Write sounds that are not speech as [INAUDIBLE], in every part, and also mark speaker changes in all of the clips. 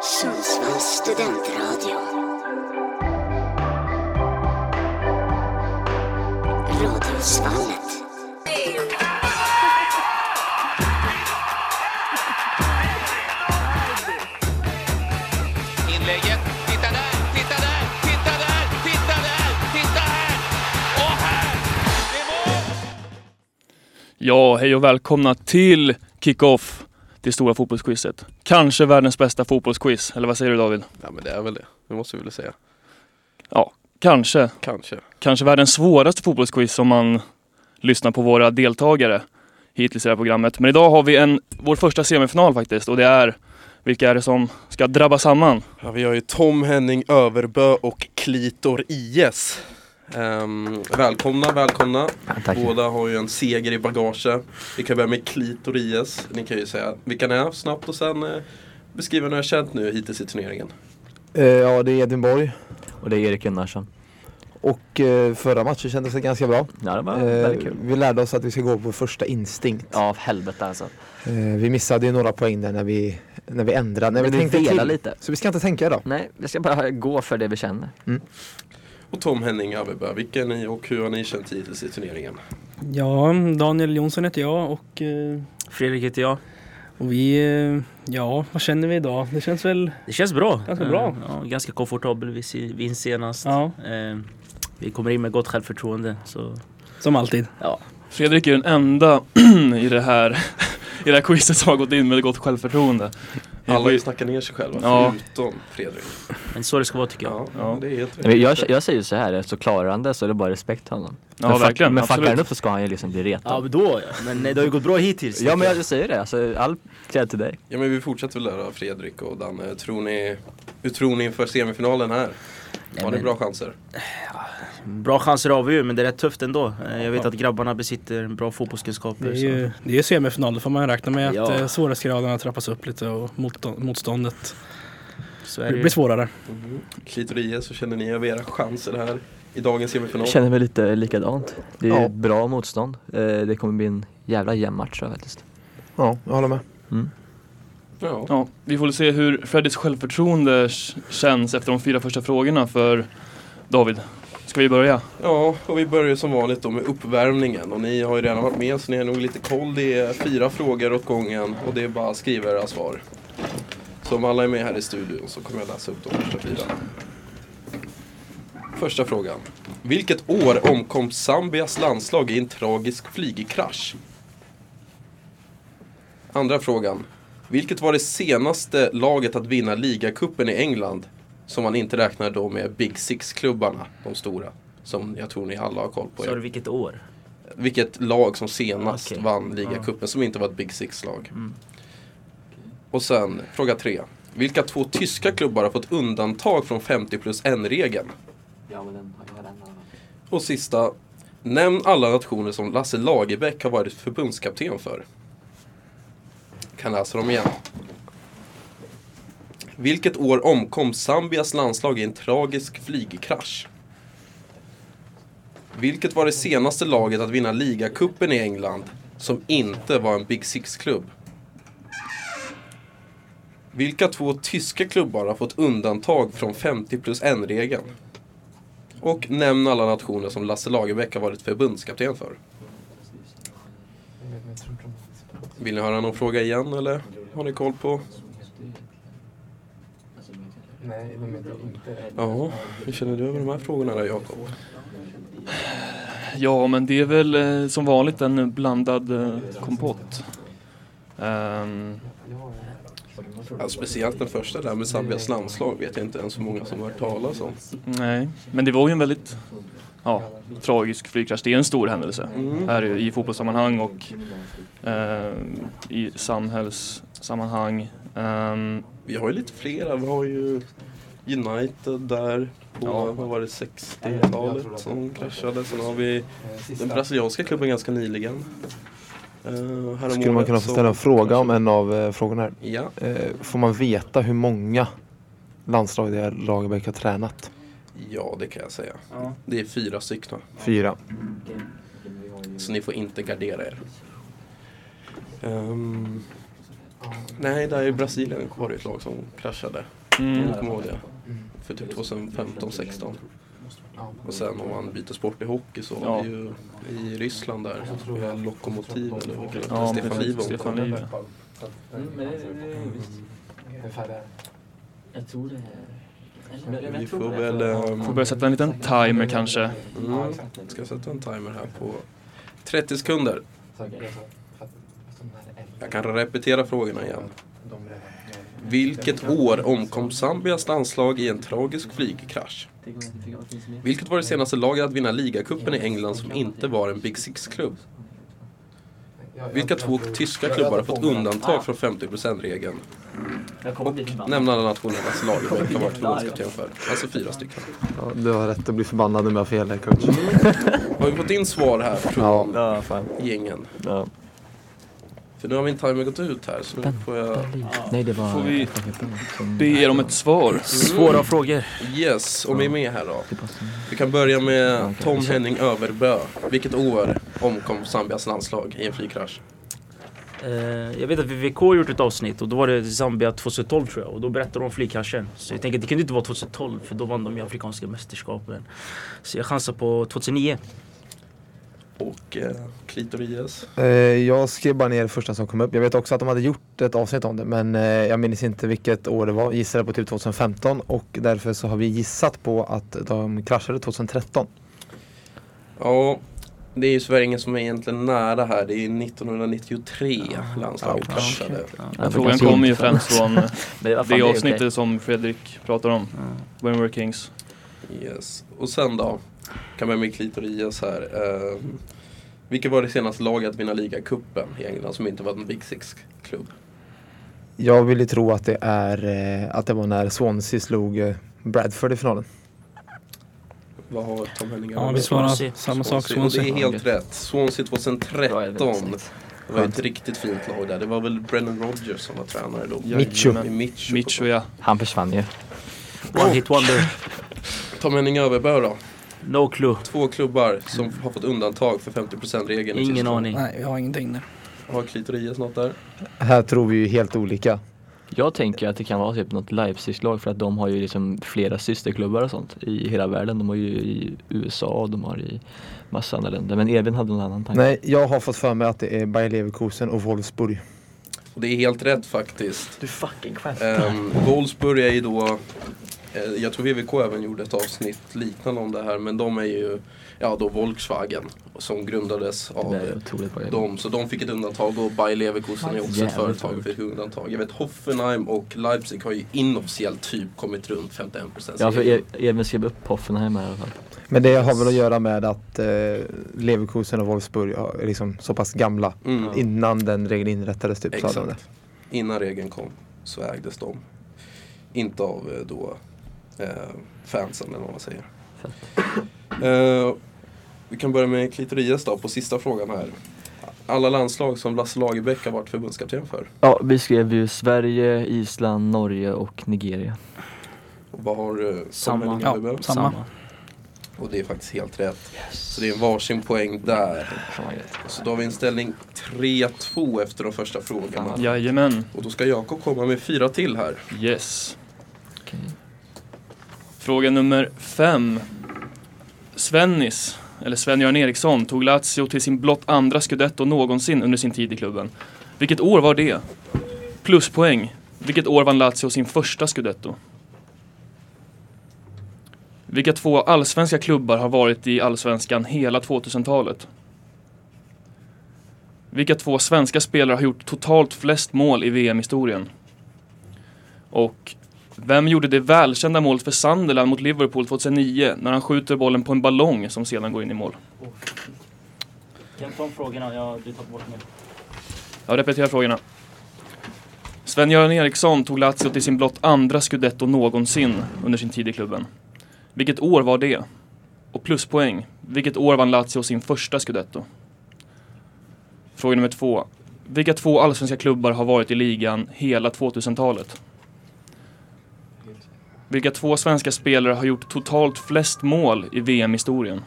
Speaker 1: Sundsvalls studentradio. Radiosvallet.
Speaker 2: Inlägget. Titta där, titta där, titta där, titta där, titta här! Och här! Det är mål!
Speaker 3: Ja, hej och välkomna till Kick-Off, det stora fotbollsquizet. Kanske världens bästa fotbollsquiz, eller vad säger du David?
Speaker 4: Ja men det är väl det, det måste vi väl säga.
Speaker 3: Ja, kanske.
Speaker 4: Kanske.
Speaker 3: Kanske världens svåraste fotbollsquiz om man lyssnar på våra deltagare hittills i det här programmet. Men idag har vi en, vår första semifinal faktiskt och det är vilka är det som ska drabba samman?
Speaker 4: Ja, vi har ju Tom Henning Överbö och Klitor IS. Ehm, välkomna, välkomna. Båda har ju en seger i bagage. Vi kan börja med Klitor IS. Ni kan ju säga vilka ni är snabbt och sen eh, beskriva hur ni har känt nu hittills i turneringen.
Speaker 5: Eh, Ja, det är Edvin Borg
Speaker 6: Och det är Erik Gunnarsson.
Speaker 5: och eh, förra matchen kändes det ganska bra.
Speaker 6: Ja, det var
Speaker 5: Eh,
Speaker 6: väldigt kul.
Speaker 5: Vi lärde oss att vi ska gå på vår första instinkt.
Speaker 6: Ja, helvete alltså.
Speaker 5: Eh, Vi missade ju några poäng där när vi, när vi ändrade, när vi
Speaker 6: Men vi
Speaker 5: tänkte
Speaker 6: velar
Speaker 5: till.
Speaker 6: lite.
Speaker 5: Så vi ska inte tänka idag.
Speaker 6: Nej, vi ska bara gå för det vi känner.
Speaker 4: Och Tom Henning Överbö, vilka är ni och hur har ni känt hittills i turneringen?
Speaker 7: Ja, Daniel Jonsson heter jag och, eh,
Speaker 8: Fredrik heter jag.
Speaker 7: och vi, eh, ja vad känner vi idag? Det känns väl,
Speaker 8: Det känns bra.
Speaker 7: Ganska bra.
Speaker 8: Eh, Ja, ganska komfortabel vid sin- vinst senast.
Speaker 7: ja,
Speaker 8: Eh, Vi kommer in med gott självförtroende. Så.
Speaker 7: som alltid.
Speaker 3: Fredrik är den enda [CLEARS THROAT] i det här, [LAUGHS] i det här quizet som har gått in med gott självförtroende.
Speaker 4: Alla har ju snackat ner sig själva,
Speaker 3: Ja.
Speaker 4: förutom Fredrik.
Speaker 8: Men så det ska vara tycker jag.
Speaker 4: Ja,
Speaker 3: Ja.
Speaker 4: det är helt rätt.
Speaker 6: Men jag, jag säger ju så här, så klarar han det så är det bara respekt till honom.
Speaker 3: Ja,
Speaker 6: men fuck-
Speaker 3: verkligen,
Speaker 6: Men
Speaker 3: absolut.
Speaker 6: fuckar han upp så ska han ju liksom bli retad.
Speaker 8: Ja,
Speaker 6: Ja,
Speaker 8: men då ja. Men nej, det har ju gått bra hittills.
Speaker 6: men jag säger det, alltså all cred till dig.
Speaker 4: Ja men vi fortsätter väl lära Fredrik och Danne. Tror ni, hur tror ni inför semifinalen här? Har ni
Speaker 8: men-
Speaker 4: bra chanser?
Speaker 8: Bra chanser har vi ju, men det är rätt tufft ändå. Eh, Jag vet att grabbarna besitter bra
Speaker 7: Det
Speaker 8: fotbollskunskaper.
Speaker 7: är
Speaker 8: Så.
Speaker 7: ju, det är ju semifinal, då får man räkna med
Speaker 8: Ja.
Speaker 7: att eh, svårighetsgraderna trappas upp lite och motstå- motståndet
Speaker 8: så är
Speaker 7: blir
Speaker 8: det
Speaker 7: blir
Speaker 8: ju.
Speaker 7: svårare.
Speaker 4: Klitoris, så känner ni över era chanser här i dagens semifinal?
Speaker 6: Jag känner mig lite likadant. Det är
Speaker 5: Ja.
Speaker 6: ju bra motstånd. Eh, Det kommer bli en jävla jämn match tror jag faktiskt.
Speaker 5: Ja, jag håller med.
Speaker 4: Ja.
Speaker 3: Ja, vi får väl se hur Freddys självförtroende k- känns efter de fyra första frågorna för David. Ska vi börja?
Speaker 4: ja, och vi börjar som vanligt då med uppvärmningen. Och ni har ju redan varit med så ni har nog lite koll. Det är fyra frågor åt gången och det är bara att skriva era svar. Så om alla är med här i studion så kommer jag läsa upp de första fyra. Första frågan. Vilket år omkom Zambias landslag i en tragisk flygkrasch? Andra frågan. Vilket var det senaste laget att vinna ligacupen i England? Som man inte räknar då med Big Six-klubbarna, de stora. Som jag tror ni alla har koll på.
Speaker 8: Så är det vilket år?
Speaker 4: Vilket lag som senast
Speaker 8: Okej.
Speaker 4: vann ligacupen som inte var ett Big Six-lag. Och sen, fråga tre. Vilka två tyska klubbar har fått undantag från 50 plus 1-regeln?
Speaker 6: Ja, men den har jag
Speaker 4: Och sista. Nämn alla nationer som Lasse Lagerbäck har varit förbundskapten för. Kan läsa dem igen. Vilket år omkom Zambias landslag i en tragisk flygkrasch? Vilket var det senaste laget att vinna ligacupen i England som inte var en Big Six-klubb? Vilka två tyska klubbar har fått undantag från 50 plus 1-regeln? Och nämn alla nationer som Lasse Lagerbäck har varit förbundskapten för. Vill ni höra någon fråga igen eller har ni koll på? Ja, hur känner du över de här frågorna då Jakob?
Speaker 3: Ja, men det är väl eh, som vanligt en blandad eh, kompott. Ehm,
Speaker 4: Ja, speciellt den första där med Zambias landslag vet jag inte ens hur många som har hört talas om.
Speaker 3: nej, men det var ju en väldigt ja, tragisk flygkrasch. Det är en stor händelse här i i fotbollssammanhang och eh, i samhällssammanhang. Ehm,
Speaker 4: Vi har ju lite flera, vi har ju United där på
Speaker 3: Ja.
Speaker 4: vad var det, 60-talet som kraschade. Sen har vi den brasilianska klubben ganska nyligen. Uh,
Speaker 5: Skulle man kunna få ställa en fråga om en av eh, frågorna här?
Speaker 4: Ja,
Speaker 5: Eh, Får man veta hur många landslag det är Lagerbäck har tränat?
Speaker 4: Ja, det kan jag säga. Det är fyra stycken.
Speaker 5: Fyra.
Speaker 4: Så ni får inte gardera er. Ehm, Nej, där i Brasilien var det ett lag som kraschade.
Speaker 3: Mm.
Speaker 4: Jag kommer ihåg det. För typ 2015, 16 Och sen om man byter sport i hockey så var
Speaker 3: Ja.
Speaker 4: det ju i Ryssland där. med Lokomotiv eller vad kallar det?
Speaker 3: Ja,
Speaker 4: Stefan
Speaker 3: precis.
Speaker 4: Liv
Speaker 3: Stefan Liv.
Speaker 4: Vi får väl... ehm,
Speaker 3: Får börja sätta en liten timer kanske.
Speaker 4: Mm. Ska jag sätta en timer här på 30 sekunder. Jag kan repetera frågorna igen. Vilket år omkom Zambias landslag i en tragisk flygkrasch? Vilket var det senaste laget att vinna ligacupen i England som inte var en Big Six-klubb? Vilka två tyska klubbar har fått undantag från 50%-regeln? Och nämn alla nationella lag vilka varit förbundskapten för. Alltså fyra stycken.
Speaker 5: Ja, du har rätt att bli förbannad om jag har fel här coach.
Speaker 4: Har vi fått in svar här
Speaker 5: Ja.
Speaker 4: från
Speaker 6: Ja, fan.
Speaker 4: gängen?
Speaker 6: Ja.
Speaker 4: För nu har min timer gått ut här så nu får jag...
Speaker 6: Nej, det var...
Speaker 3: Får vi-
Speaker 6: som-
Speaker 3: Be er om ett svar.
Speaker 8: Svåra frågor.
Speaker 4: Yes, om ni är med här då. Vi kan börja med Tom Henning Överbö. Vilket år omkom Zambias landslag i en flygkrasch?
Speaker 8: Eh, jag vet att VVK har gjort ett avsnitt och då var det Zambia 2012 tror jag och då berättade de om flygkraschen. Så jag tänker att det kunde inte vara 2012 för då vann de ju Afrikanska mästerskapen. Så jag chansar på 2009.
Speaker 4: Och eh, Klitoris.
Speaker 5: Eh, jag skrev bara ner det första som kom upp. Jag vet också att de hade gjort ett avsnitt om det men eh, jag minns inte vilket år det var. Gissade på typ 2015 och därför så har vi gissat på att de kraschade 2013.
Speaker 4: Ja, det är ju tyvärr ingen som är egentligen nära här. Det är 1993 landslaget
Speaker 5: Ja,
Speaker 4: kraschade.
Speaker 6: Ja, det
Speaker 3: Frågan
Speaker 6: kanske
Speaker 3: kommer ju
Speaker 6: inte-
Speaker 3: främst
Speaker 6: [LAUGHS]
Speaker 3: från eh,
Speaker 6: Men vad fan,
Speaker 3: det
Speaker 6: är okej.
Speaker 3: avsnittet som Fredrik pratar om. When We're Kings.
Speaker 4: Yes. Och sen då? Kan börja med Klitoris här. Eh, vilket var det senaste laget att vinna ligacupen i England som inte var en Big Six-klubb?
Speaker 5: Jag vill ju tro att det, är, eh, att det var när Swansea slog eh, Bradford i finalen.
Speaker 4: Vad har Tom Henning
Speaker 7: Ja,
Speaker 4: Överbö?
Speaker 7: vi svarar
Speaker 8: Swansea.
Speaker 7: samma sak.
Speaker 4: Swansea, och det är
Speaker 7: Swansea.
Speaker 4: helt rätt. Swansea
Speaker 6: Bra,
Speaker 4: 2013.
Speaker 6: det var snyggt.
Speaker 4: Det var ju ett riktigt fint lag där. Det var väl Brennan Rodgers som var tränare då.
Speaker 5: Mitcho.
Speaker 4: Med Mitcho.
Speaker 3: Mitch och jag.
Speaker 6: Han försvann ju.
Speaker 8: One hit wonder.
Speaker 4: Tom Henning Överbö då.
Speaker 8: No clue.
Speaker 4: Två klubbar som har fått undantag för 50%-regeln i
Speaker 8: Ingen
Speaker 4: Tyskland.
Speaker 8: aning.
Speaker 7: Nej, vi har ingenting där.
Speaker 4: Har Klitoris något där?
Speaker 5: Här tror vi ju helt olika.
Speaker 6: Jag tänker att det kan vara typ något Leipzig-lag för att de har ju liksom flera systerklubbar och sånt i hela världen. De har ju i USA och de har i massa andra länder. Men Edvin hade någon annan tanke.
Speaker 5: Nej, jag har fått för mig att det är Bayer Leverkusen och Wolfsburg.
Speaker 4: Och det är helt rätt faktiskt.
Speaker 6: Du fucking skämtar.
Speaker 4: Um, Wolfsburg är ju då, eh, jag tror VVK även gjorde ett avsnitt liknande om det här, men de är ju, ja då Volkswagen som grundades av
Speaker 6: Det är
Speaker 4: eh,
Speaker 6: otroligt bra.
Speaker 4: dem, så de fick ett undantag och Bayer Leverkusen är också ett
Speaker 6: Jävligt
Speaker 4: företag och
Speaker 6: roligt.
Speaker 4: fick undantag. Jag vet Hoffenheim och Leipzig har ju inofficiellt typ kommit runt 51%
Speaker 6: Ja, för
Speaker 4: regeln.
Speaker 6: E- Edvin skrev upp Hoffenheim här i alla fall.
Speaker 5: Men det har väl att göra med att eh, Leverkusen och Wolfsburg har- är liksom så pass gamla.
Speaker 4: Mm.
Speaker 5: Innan den regeln inrättades typ. Så hade de
Speaker 4: Exakt. Innan regeln kom så ägdes de. Inte av eh, då eh, fansen eller vad man säger. Eh, vi kan börja med Klitorias då på sista frågan här. Alla landslag som Lasse Lagerbäck har varit förbundskapten för.
Speaker 6: Ja, vi skrev ju Sverige, Island, Norge och Nigeria.
Speaker 4: Och vad har eh, Tom
Speaker 8: Samma.
Speaker 4: Henning
Speaker 7: Ja,
Speaker 4: Öberg?
Speaker 7: samma.
Speaker 4: Och det är faktiskt helt rätt. Så det är varsin poäng där.
Speaker 6: Fan vad gött.
Speaker 4: Så då har vi en ställning 3-2 efter de första frågorna.
Speaker 3: Jajamän.
Speaker 4: Och då ska Jakob komma med fyra till här.
Speaker 3: Yes.
Speaker 6: Okej.
Speaker 3: Fråga nummer fem. Svennis, eller Sven-Göran Eriksson, tog Lazio till sin blott andra scudetto någonsin under sin tid i klubben. Vilket år var det? Pluspoäng. Vilket år vann Lazio sin första scudetto? Vilka två allsvenska klubbar har varit i allsvenskan hela 2000-talet? Vilka två svenska spelare har gjort totalt flest mål i VM-historien? Och vem gjorde det välkända målet för Sunderland mot Liverpool 2009 när han skjuter bollen på en ballong som sedan går in i mål?
Speaker 8: Kan ta frågorna, du tar bort mig.
Speaker 3: Jag repeterar frågorna. Sven-Göran Eriksson tog Lazio till sin blott andra scudetto någonsin under sin tid i klubben. Vilket år var det? Och pluspoäng, vilket år vann Lazio sin första scudetto? Fråga nummer två. Vilka två allsvenska klubbar har varit i ligan hela 2000-talet? Vilka två svenska spelare har gjort totalt flest mål i VM-historien?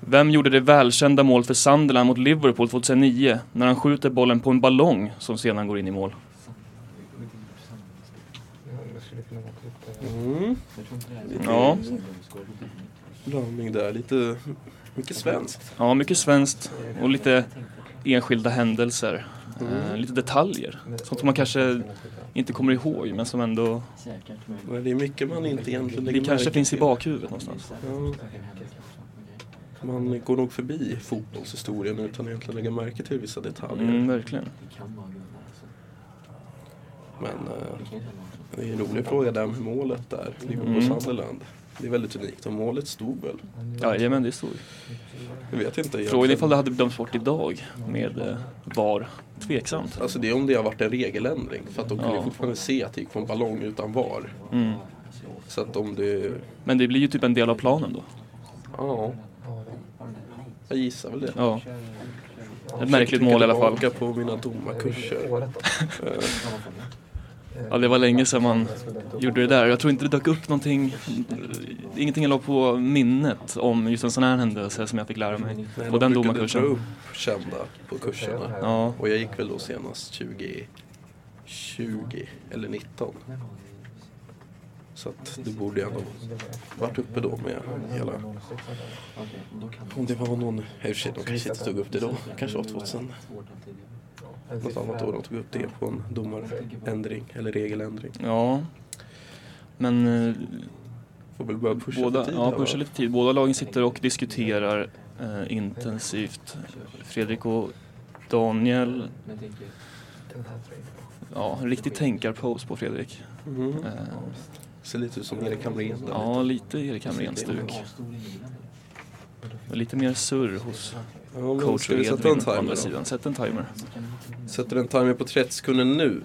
Speaker 3: Vem gjorde det välkända mål för Sunderland mot Liverpool 2009 när han skjuter bollen på en ballong som sedan går in i mål?
Speaker 4: Mm.
Speaker 3: Ja,
Speaker 4: Blandning där, lite mycket svenskt.
Speaker 3: ja mycket svenskt och lite enskilda händelser. Eh, lite detaljer. Sånt som man kanske inte kommer ihåg men som ändå
Speaker 4: Men det är mycket man inte egentligen lägger
Speaker 3: det kanske
Speaker 4: märke
Speaker 3: finns i
Speaker 4: till.
Speaker 3: bakhuvudet någonstans.
Speaker 4: Ja. Man går nog förbi fotbollshistorien utan egentligen lägga märke till vissa detaljer.
Speaker 3: Mm, verkligen.
Speaker 4: Men eh, det är en rolig fråga där med målet där, Liverpool
Speaker 3: Mm.
Speaker 4: Sunderland. Det är väldigt unikt och målet stod väl?
Speaker 3: Jajamän, det är så.
Speaker 4: Jag vet inte egentligen.
Speaker 3: Frågan är ifall det hade bedömts bort idag med eh, VAR. Tveksamt.
Speaker 4: Alltså det är om det har varit en regeländring för att de kunde
Speaker 3: Ja.
Speaker 4: fortfarande se att det gick på en ballong utan VAR.
Speaker 3: Mm.
Speaker 4: Så att om det...
Speaker 3: Men det blir ju typ en del av planen då.
Speaker 4: Ja. Jag gissar väl det.
Speaker 3: Ja. Ett
Speaker 4: Försöker
Speaker 3: märkligt
Speaker 4: tänka
Speaker 3: mål i alla fall.
Speaker 4: tillbaka på mina domarkurser.
Speaker 3: Ja, det var länge sedan man gjorde det där. Jag tror inte det dök upp någonting, ingenting jag la på minnet om just en sån här händelse som jag fick lära mig.
Speaker 4: Nej,
Speaker 3: På
Speaker 4: de
Speaker 3: den
Speaker 4: brukade dra
Speaker 3: domarkursen.
Speaker 4: upp kända på kurserna.
Speaker 3: Ja,
Speaker 4: Och jag gick väl då senast 20, 20 eller 19. Så att det borde jag nog varit uppe då med hela... Om det var någon... I och för sig, de kanske inte tog upp det då. Kanske var 2000. Något annat år de tog upp det på en domarändring eller regeländring.
Speaker 3: ja. Men eh,
Speaker 4: Får väl börja pusha
Speaker 3: båda,
Speaker 4: för tid
Speaker 3: ja,
Speaker 4: här, va?
Speaker 3: pusha lite tid. Båda lagen sitter och diskuterar eh, intensivt. Fredrik och Daniel. Ja, en riktig tänkarpose på Fredrik.
Speaker 4: Mhm.
Speaker 3: Eh,
Speaker 4: Ser lite ut som Erik Hamrén där.
Speaker 3: ja, lite Erik Hamrén-stuk. Och Lite mer surr hos
Speaker 4: Ja, men
Speaker 3: coach
Speaker 4: ska vi sätta en
Speaker 3: Edvin på
Speaker 4: timer
Speaker 3: andra
Speaker 4: då?
Speaker 3: sidan. Sätt en timer.
Speaker 4: Sätter en timer på 30 sekunder nu.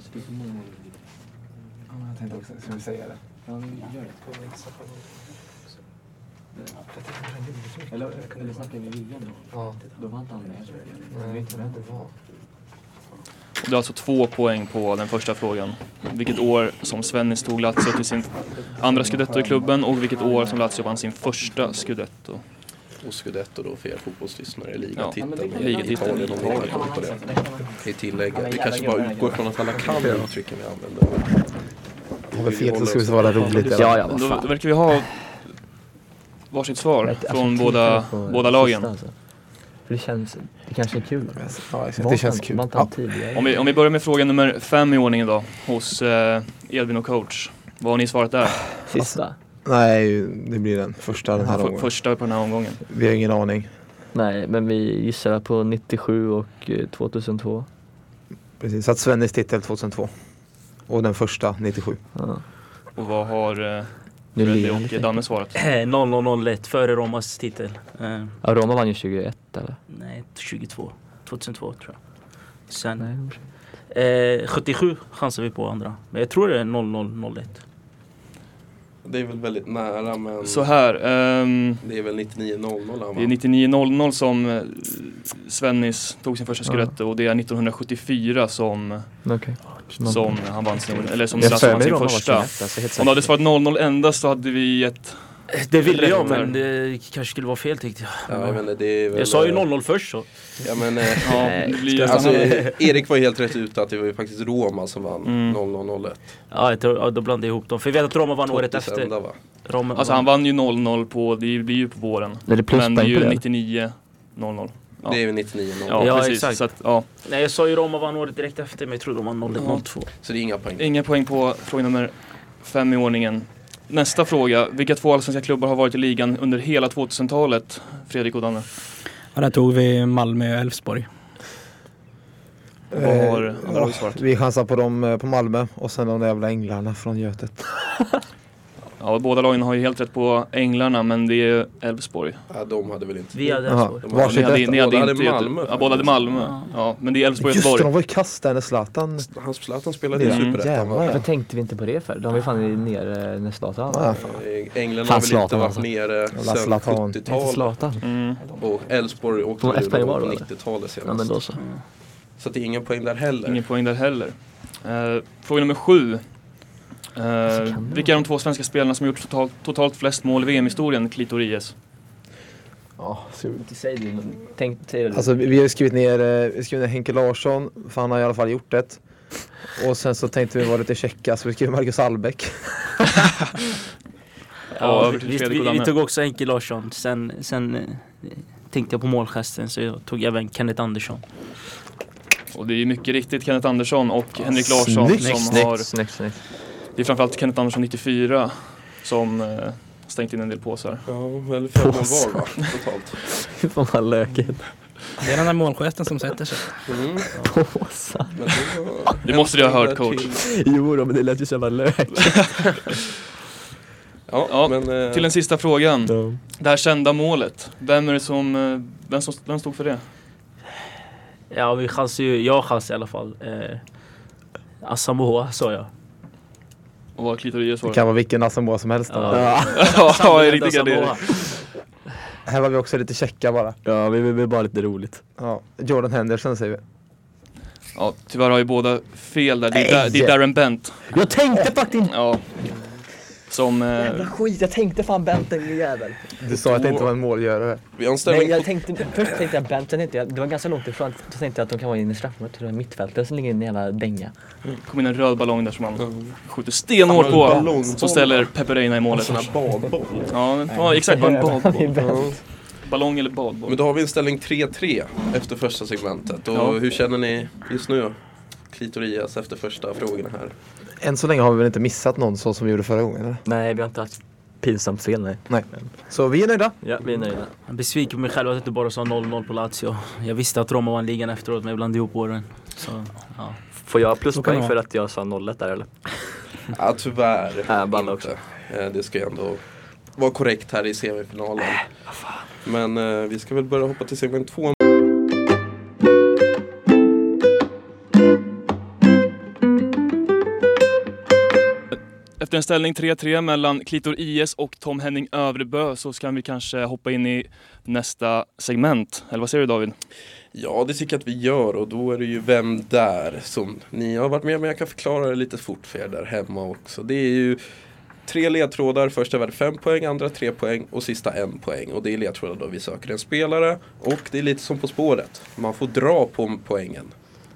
Speaker 3: Och Du har alltså två poäng på den första frågan. Vilket år som Svennis tog Lazio till sin andra scudetto i klubben och vilket år som Lazio vann sin första scudetto.
Speaker 4: Och Scudetto då för er fotbollslyssnare, ligatiteln
Speaker 3: Ja,
Speaker 4: i
Speaker 3: ligatiteln.
Speaker 4: Italien om ni inte har koll på det. I tillägg, vi kanske bara utgår från att alla kan de uttrycken vi använder.
Speaker 5: Har vi fel så ska vi vara roligt. eller?
Speaker 6: Ja, ja, vad
Speaker 3: Då
Speaker 6: fan. Alltså,
Speaker 3: verkar vi ha varsitt svar från båda, båda lagen.
Speaker 6: För det känns, det kanske är kul.
Speaker 5: Ja, exakt. Det känns kul.
Speaker 6: Man tar
Speaker 5: Ja.
Speaker 6: tidigare.
Speaker 3: Om vi, om vi börjar med fråga nummer fem i ordningen då, hos eh, Edvin och coach. Vad har ni svarat där?
Speaker 6: Sista?
Speaker 5: Nej, det blir den första den här
Speaker 3: F-
Speaker 5: omgången.
Speaker 3: första på den här omgången.
Speaker 5: Vi har ingen aning.
Speaker 6: Nej, men vi gissar på 97 och eh, 2002.
Speaker 5: Precis. Så att Svennis titel 2002. Och den första 97.
Speaker 6: Ja.
Speaker 3: Och vad har eh,
Speaker 6: Nu ler
Speaker 3: Freddy
Speaker 6: jag
Speaker 3: och
Speaker 6: lite.
Speaker 3: Danne svarat?
Speaker 8: Eh, 0001 före Romas titel. Eh,
Speaker 6: Ja, Roma vann ju 21 eller?
Speaker 8: nej, 22. 2002 tror jag. Sen
Speaker 6: Nej.
Speaker 8: eh, 77 chansar vi på andra. Men jag tror det är 0001.
Speaker 4: Det är väl väldigt nära men
Speaker 3: Så här, ehm,
Speaker 4: det är väl 99.00 han
Speaker 3: Det är
Speaker 4: vann.
Speaker 3: 99.00 som eh, Svennis tog sin första scudetto och det är 1974 som,
Speaker 6: Okej. Okay.
Speaker 3: som han vann sin, eller som
Speaker 6: jag
Speaker 3: Zlatan
Speaker 6: för
Speaker 3: vann
Speaker 6: mig
Speaker 3: sin
Speaker 6: Roma var
Speaker 3: första.
Speaker 6: 21, alltså, helt
Speaker 3: Om du hade
Speaker 6: säkert.
Speaker 3: svarat 00 endast så hade vi ett...
Speaker 8: Eh, Det ville jag
Speaker 3: Rätt.
Speaker 8: men det kanske skulle vara fel tänkte jag.
Speaker 4: Ja, jag, menar, det är väl,
Speaker 8: Jag sa ju 00 först så.
Speaker 4: Ja,
Speaker 3: [LAUGHS]
Speaker 4: men, eh,
Speaker 3: Ja, det blir ju
Speaker 4: alltså,
Speaker 3: alltså,
Speaker 4: Erik var ju helt rätt ute att det var ju faktiskt Roma som vann
Speaker 3: Mm.
Speaker 4: 0001.
Speaker 8: Ja, jag tror, ja, då blandade jag ihop dem. För jag vet att Roma vann året efter.
Speaker 4: va?
Speaker 8: Roma
Speaker 3: alltså, han vann ju 00 på, det blir ju på våren.
Speaker 6: Är det
Speaker 3: Men det är
Speaker 6: pluspoäng
Speaker 3: ju
Speaker 6: på det? eller?
Speaker 3: 99.00. Ja.
Speaker 4: Det är väl 99.00.
Speaker 3: Ja,
Speaker 8: Ja,
Speaker 3: precis.
Speaker 8: exakt.
Speaker 3: Så att, ja.
Speaker 8: Nej, jag sa ju Roma vann året direkt efter men jag tror de vann 0102.
Speaker 4: Så det är inga poäng.
Speaker 3: Inga poäng på fråga nummer fem i ordningen. Nästa fråga, vilka två allsvenska klubbar har varit i ligan under hela 2000-talet? Fredrik och Danne.
Speaker 7: Ja, där tog vi Malmö och Elfsborg.
Speaker 3: Vad har
Speaker 5: Eh,
Speaker 3: andra lag svarat?
Speaker 5: Vi chansar på dem eh, på Malmö och sen de där jävla änglarna från Götet.
Speaker 3: Ja, båda lagen har ju helt rätt på Änglarna, men det är ju Elfsborg.
Speaker 4: Ja, de hade väl inte...
Speaker 8: Vi hade
Speaker 5: Jaha.
Speaker 8: Elfsborg.
Speaker 4: De
Speaker 5: Varsitt
Speaker 3: Ni hade,
Speaker 5: ett.
Speaker 3: ni hade
Speaker 4: Båda
Speaker 3: inte
Speaker 4: hade
Speaker 3: Göte-
Speaker 4: Malmö,
Speaker 3: Ja, båda hade Malmö. Ja, men det är Elfsborg och
Speaker 5: Just det, de
Speaker 3: Göteborg.
Speaker 5: var ju kass där när Zlatan...
Speaker 4: Han Zlatan spelade i
Speaker 3: Mm.
Speaker 4: Superettan va?
Speaker 5: Jävlar.
Speaker 6: Varför tänkte vi inte på det för? De var ju fan nere när Zlatan
Speaker 5: Ja,
Speaker 4: Eh, England
Speaker 6: Fan,
Speaker 4: har väl inte
Speaker 6: Zlatan,
Speaker 4: varit
Speaker 6: alltså.
Speaker 4: nere
Speaker 5: Jävla
Speaker 4: sedan
Speaker 5: Zlatan.
Speaker 6: Inte
Speaker 4: 70-talet.
Speaker 6: Zlatan?
Speaker 3: Mm.
Speaker 4: Och Elfsborg åkte
Speaker 6: Från
Speaker 4: väl
Speaker 6: Espen
Speaker 4: ur
Speaker 6: var
Speaker 4: på
Speaker 6: det, eller?
Speaker 4: 90-talet senast.
Speaker 6: Ja men då så.
Speaker 4: Så att det är ingen poäng där heller.
Speaker 3: Ingen poäng där heller. Eh, fråga nummer sju.
Speaker 6: Alltså, det
Speaker 3: Eh, vilka är de två svenska spelarna som har gjort totalt, totalt flest mål i VM-historien, Klitories?
Speaker 5: Ja, så-
Speaker 6: Inte säg det, men tänk, säg det.
Speaker 5: Alltså vi vi har ju skrivit ner, eh, vi skrev ner Henke Larsson, för han har i alla fall gjort det. Och sen så tänkte vi vara lite checka så vi skrev Marcus Albeck.
Speaker 3: Ja, över till
Speaker 8: vi,
Speaker 3: Fredrik
Speaker 8: vi,
Speaker 3: Olander.
Speaker 8: vi tog också Henke Larsson. Sen, sen eh, tänkte jag på målgesten så jag tog även Kenneth Andersson.
Speaker 3: Och det är ju mycket riktigt Kenneth Andersson och Henrik Larsson
Speaker 5: snyggt,
Speaker 3: som har...
Speaker 6: Snyggt, snyggt, snyggt.
Speaker 3: Det är framförallt Kenneth Andersson 94 som eh, stängt in en del påsar.
Speaker 4: Ja, eller fem mål var
Speaker 3: [LAUGHS]
Speaker 4: va? Totalt.
Speaker 6: Fy fan vad löket.
Speaker 7: Det är den här målgesten som sätter sig.
Speaker 4: Mm.
Speaker 6: Påsar.
Speaker 4: Men det var-
Speaker 3: Det måste du ha hört coach.
Speaker 6: Jo då, men det lät ju så jävla lök.
Speaker 4: Ja,
Speaker 3: Ja,
Speaker 4: men... eh,
Speaker 3: Till den sista frågan. Det här kända målet. Vem är det som... eh, Vem, som, vem stod för det?
Speaker 8: Ja, vi chansar ju. Jag chansar i alla fall. Eh, Asamoah sa jag.
Speaker 3: Och vad klitoris
Speaker 5: Det
Speaker 3: var?
Speaker 5: kan vara vilken Asamoah som helst.
Speaker 8: Ja.
Speaker 5: Ja.
Speaker 3: [LAUGHS] Ja, jag är riktigt
Speaker 8: Asamoah.
Speaker 3: garderad.
Speaker 5: Här var vi också lite checka bara.
Speaker 6: Ja, vi vill bara lite roligt.
Speaker 5: Ja. Jordan Henderson säger vi.
Speaker 3: Ja, tyvärr har ju båda fel där. Det är,
Speaker 6: Nej.
Speaker 3: Dar- det är Darren Bent.
Speaker 6: Jag tänkte faktiskt inte...
Speaker 3: Ja. Som... Eh,
Speaker 6: skit, jag tänkte fan Benten din jävel.
Speaker 5: Du sa att det inte var en målgörare.
Speaker 4: Vi har en ställning på...
Speaker 6: tänkte, först tänkte jag Benten inte, jag- det var ganska långt ifrån. Då tänkte jag att de kan vara inne i straffområdet, det var mittfältare som ligger i en jävla dänga.
Speaker 3: kom in en röd ballong där som han
Speaker 4: Mm.
Speaker 3: skjuter stenhårt
Speaker 4: Röd
Speaker 3: på.
Speaker 4: ballong.
Speaker 3: Som ställer Peperina i målet.
Speaker 4: Sån här badboll.
Speaker 3: Ja, men- ja exakt. Bara en badboll.
Speaker 4: Ja.
Speaker 3: Ballong eller badboll.
Speaker 4: Men då har vi en ställning 3-3 efter första segmentet. Och
Speaker 3: Ja.
Speaker 4: hur känner ni just nu? Klitorias efter första frågorna
Speaker 3: Mm.
Speaker 4: här.
Speaker 5: Än så länge har vi väl inte missat någon så som vi gjorde förra gången eller?
Speaker 6: Nej, vi har inte haft pinsamt fel nej.
Speaker 5: Nej. Så vi är nöjda.
Speaker 6: Ja, vi är nöjda.
Speaker 8: Jag är besviken på mig själv att jag inte bara sa 0-0 på Lazio. Jag visste att Roma vann ligan efteråt, men jag blandade ihop åren. Så, ja.
Speaker 6: Får jag
Speaker 7: Så kan
Speaker 6: pluspoäng
Speaker 7: det
Speaker 6: för
Speaker 7: vara.
Speaker 6: att jag sa 01 där eller?
Speaker 4: Ja, tyvärr.
Speaker 3: Äh,
Speaker 6: Ja, balla
Speaker 4: inte.
Speaker 6: också.
Speaker 4: Eh, Det ska ju ändå vara korrekt här i semifinalen.
Speaker 3: Äh,
Speaker 4: Men eh, vi ska väl börja hoppa till segment två.
Speaker 3: Efter en ställning 3-3 mellan Klitor IS och Tom Henning Övrebö så ska vi kanske hoppa in i nästa segment. Eller vad säger du David?
Speaker 4: Ja, det tycker jag att vi gör och då är det ju Vem där? som ni har varit med men jag kan förklara det lite fort för er där hemma också. Det är ju tre ledtrådar, första värde fem poäng, andra tre poäng och sista en poäng. Och det är ledtrådar då vi söker en spelare och det är lite som På spåret. Man får dra på poängen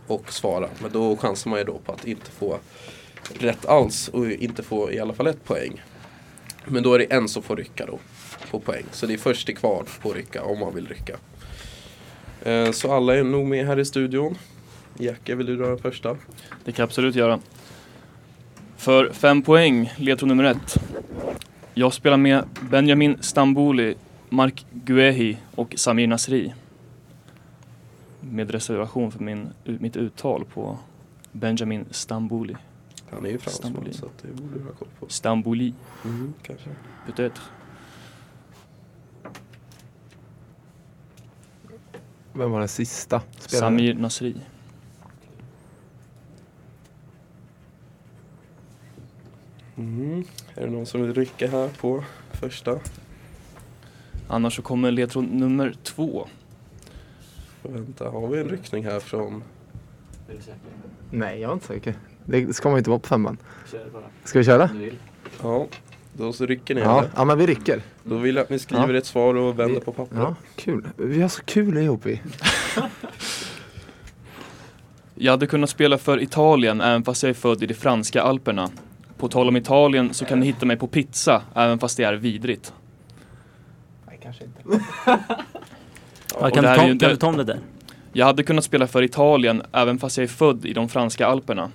Speaker 4: och svara, men då chansar man ju då på att inte få rätt alls och inte få i alla fall ett poäng. Men då är det en som får rycka då på poäng. Så det är först till kvar på att rycka om man vill rycka. Eh, Så alla är nog med här i studion. Jacke, vill du dra den första?
Speaker 3: Det kan jag absolut göra. För fem poäng, ledtråd nummer ett. Jag spelar med Benjamin Stambouli, Mark Guehi och Samir Nasri. Med reservation för min, mitt uttal på Benjamin Stambouli.
Speaker 4: Han är ju fransman
Speaker 3: Stambouli.
Speaker 4: så att det borde du ha koll på.
Speaker 3: Stambouli,
Speaker 4: Mm, kanske.
Speaker 3: peut-être.
Speaker 5: Vem var den sista spelaren?
Speaker 3: Samir Nasri.
Speaker 4: Mm. Är det någon som vill rycka här på första?
Speaker 3: Annars så kommer ledtråd nummer två.
Speaker 4: Får Vänta, har vi en ryckning här från...
Speaker 5: Nej, jag är inte säker. Det ska man ju inte vara på femman. Ska vi köra?
Speaker 4: Ja, då så rycker ni
Speaker 5: Ja,
Speaker 4: eller?
Speaker 5: ja men vi rycker.
Speaker 4: Då vill jag att ni skriver
Speaker 5: Ja.
Speaker 4: ett svar och vänder på
Speaker 5: Ja,
Speaker 4: pappret.
Speaker 5: kul. Vi har så kul ihop vi.
Speaker 3: Jag hade kunnat spela för Italien även fast jag är född i de franska alperna. På tal om Italien så kan ni hitta mig på pizza även fast det är vidrigt.
Speaker 8: Ja, kan,
Speaker 3: det
Speaker 8: du
Speaker 3: här
Speaker 8: ta,
Speaker 3: är ju
Speaker 8: kan
Speaker 3: det-
Speaker 8: du ta om det där?
Speaker 3: Jag hade kunnat spela för Italien även fast jag är född i de franska alperna.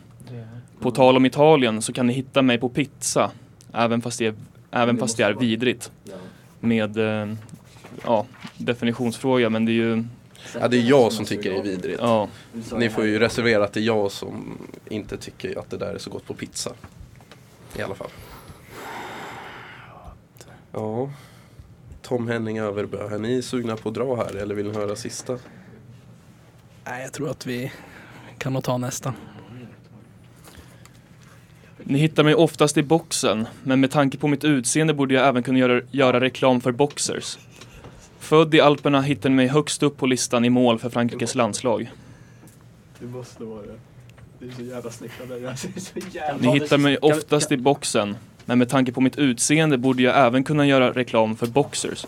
Speaker 3: På tal om Italien så kan ni hitta mig på pizza även fast det är, även fast det är vidrigt. Med, eh, ja, definitionsfråga men det är ju,
Speaker 4: Ja, det är jag som tycker det är vidrigt.
Speaker 3: ja.
Speaker 4: Ni får ju reservera att det är jag som inte tycker att det där är så gott på pizza. I alla fall. Ja. Tom Henning Överbö, är ni sugna på att dra här eller vill ni höra sista?
Speaker 7: Nej, jag tror att vi kan nog ta nästa.
Speaker 3: Ni hittar mig oftast i boxen, men med tanke på mitt utseende borde jag även kunna göra, göra reklam för boxers. Född i Alperna hittar ni mig högst upp på listan i mål för Frankrikes landslag. Ni hittar mig oftast i boxen, men med tanke på mitt utseende borde jag även kunna göra reklam för boxers.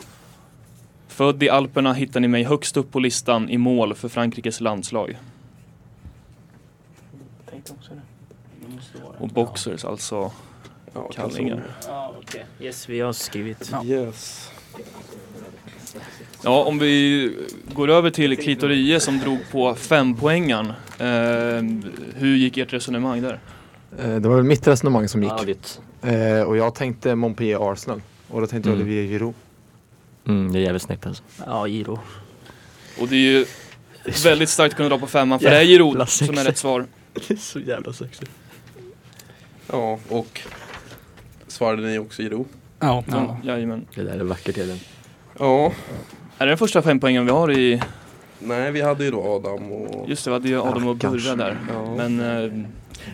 Speaker 3: Född i Alperna hittar ni mig högst upp på listan i mål för Frankrikes landslag. Och boxers alltså.
Speaker 4: Ja,
Speaker 3: Kallingar.
Speaker 8: Ja, okej. Yes, vi har skrivit.
Speaker 4: kalsonger. Yes.
Speaker 3: Ja, om vi går över till Klitorie som drog på fempoängaren. Eh, hur gick ert resonemang där?
Speaker 5: Eh, Det var väl mitt resonemang som
Speaker 6: Ja, jag
Speaker 5: gick.
Speaker 6: vet.
Speaker 5: Eh, Och jag tänkte Montpellier-Arsenal. Och då tänkte jag
Speaker 6: Mm.
Speaker 5: Olivier Giroud.
Speaker 6: Mm, det är jävligt snyggt alltså.
Speaker 8: Ja, Giro.
Speaker 3: Och det är ju väldigt starkt att kunna dra på femman för det är Giroud som är rätt svar.
Speaker 6: Det är så jävla sexigt.
Speaker 4: Ja, och svarade ni också Giro?
Speaker 7: Ja.
Speaker 3: Ja, jajamän.
Speaker 6: Det där är vackert Edvin.
Speaker 4: Ja,
Speaker 3: Är det den första fempoängen vi har i...
Speaker 4: nej vi hade ju då Adam och...
Speaker 3: Just det, vi hade ju Adam och Burra där. Men eh,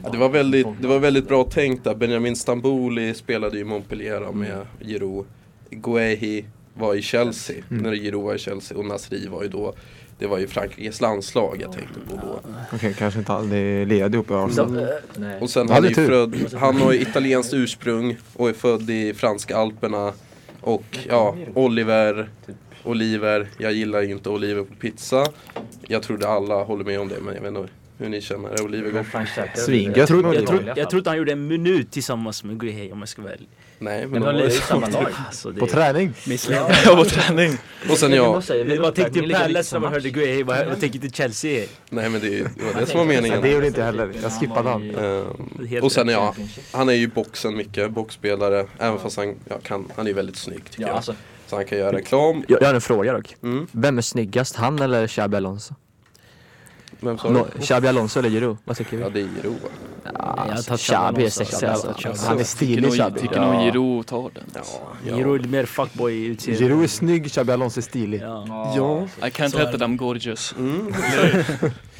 Speaker 4: Ja, det, var väldigt, det var väldigt bra tänkt där. Benjamin Stambouli spelade ju i Montpellier då med Giroud. Guehi var i Chelsea,
Speaker 5: Mm.
Speaker 4: när Giroud var i Chelsea och Nasri var ju då det var ju Frankrikes landslag jag tänkte på då.
Speaker 5: Okej, kanske inte aldrig led ihop i Arsenal.
Speaker 6: Nej.
Speaker 4: Och sen
Speaker 5: Ja,
Speaker 4: han, är
Speaker 5: det
Speaker 4: ju
Speaker 5: är tur.
Speaker 4: född, han har ju italienskt ursprung och är född i franska alperna. Och ja, Oliver, Oliver, jag gillar ju inte oliver på pizza. Jag trodde alla håller med om det men jag vet inte hur ni känner, är oliver
Speaker 5: Mm.
Speaker 4: gott?
Speaker 5: Svingött
Speaker 8: Jag
Speaker 5: med
Speaker 8: trodde,
Speaker 5: Olivier.
Speaker 8: jag, trodde, jag trodde han gjorde en minut tillsammans med Guihey om jag ska vara ärlig.
Speaker 4: Nej men
Speaker 6: Men
Speaker 4: de
Speaker 6: de
Speaker 4: var ju
Speaker 6: lirar ju i
Speaker 4: så.
Speaker 6: samma lag.
Speaker 8: [LAUGHS] Alltså, det...
Speaker 5: På träning.
Speaker 3: [LAUGHS] jag var träning.
Speaker 4: Och sen jag,
Speaker 8: Man tänkte Palace när man hörde Guihey, vad tänkte inte Chelsea?
Speaker 4: nej men det, är ju- det var det som var meningen.
Speaker 5: Nej, det gjorde inte jag heller. Jag skippade han.
Speaker 4: Ehm,
Speaker 8: Helt
Speaker 4: och sen
Speaker 8: rätt.
Speaker 4: ja, han är ju i boxen mycket, boxspelare, även fast han, ja, kan, han är ju väldigt snygg tycker
Speaker 6: Ja,
Speaker 4: jag.
Speaker 6: alltså.
Speaker 4: Så han kan göra reklam.
Speaker 6: Jag, jag har en fråga dock.
Speaker 4: Mm.
Speaker 6: Vem är snyggast, han eller Xabi Alonso?
Speaker 4: Vem sa du?
Speaker 6: No, Xabi Alonso eller Giroud? Vad tycker vi?
Speaker 4: Ja det är Giroud va?
Speaker 6: Ja,
Speaker 8: jag tar
Speaker 6: Xabi är
Speaker 8: Xabi Alonso.
Speaker 6: sexig
Speaker 8: Xabi
Speaker 6: alltså.
Speaker 8: Alonso.
Speaker 6: Han är
Speaker 3: Tycker
Speaker 6: stilig
Speaker 3: nog-
Speaker 6: Xabi.
Speaker 3: tycker nog Giroud tar den.
Speaker 4: Ja,
Speaker 8: Giro är mer fuckboy utseende.
Speaker 5: Giroud är snygg, Xabi Alonso är stilig.
Speaker 8: Ja.
Speaker 4: ja.
Speaker 3: I can't help it, I'm gorgeous.
Speaker 4: Mm.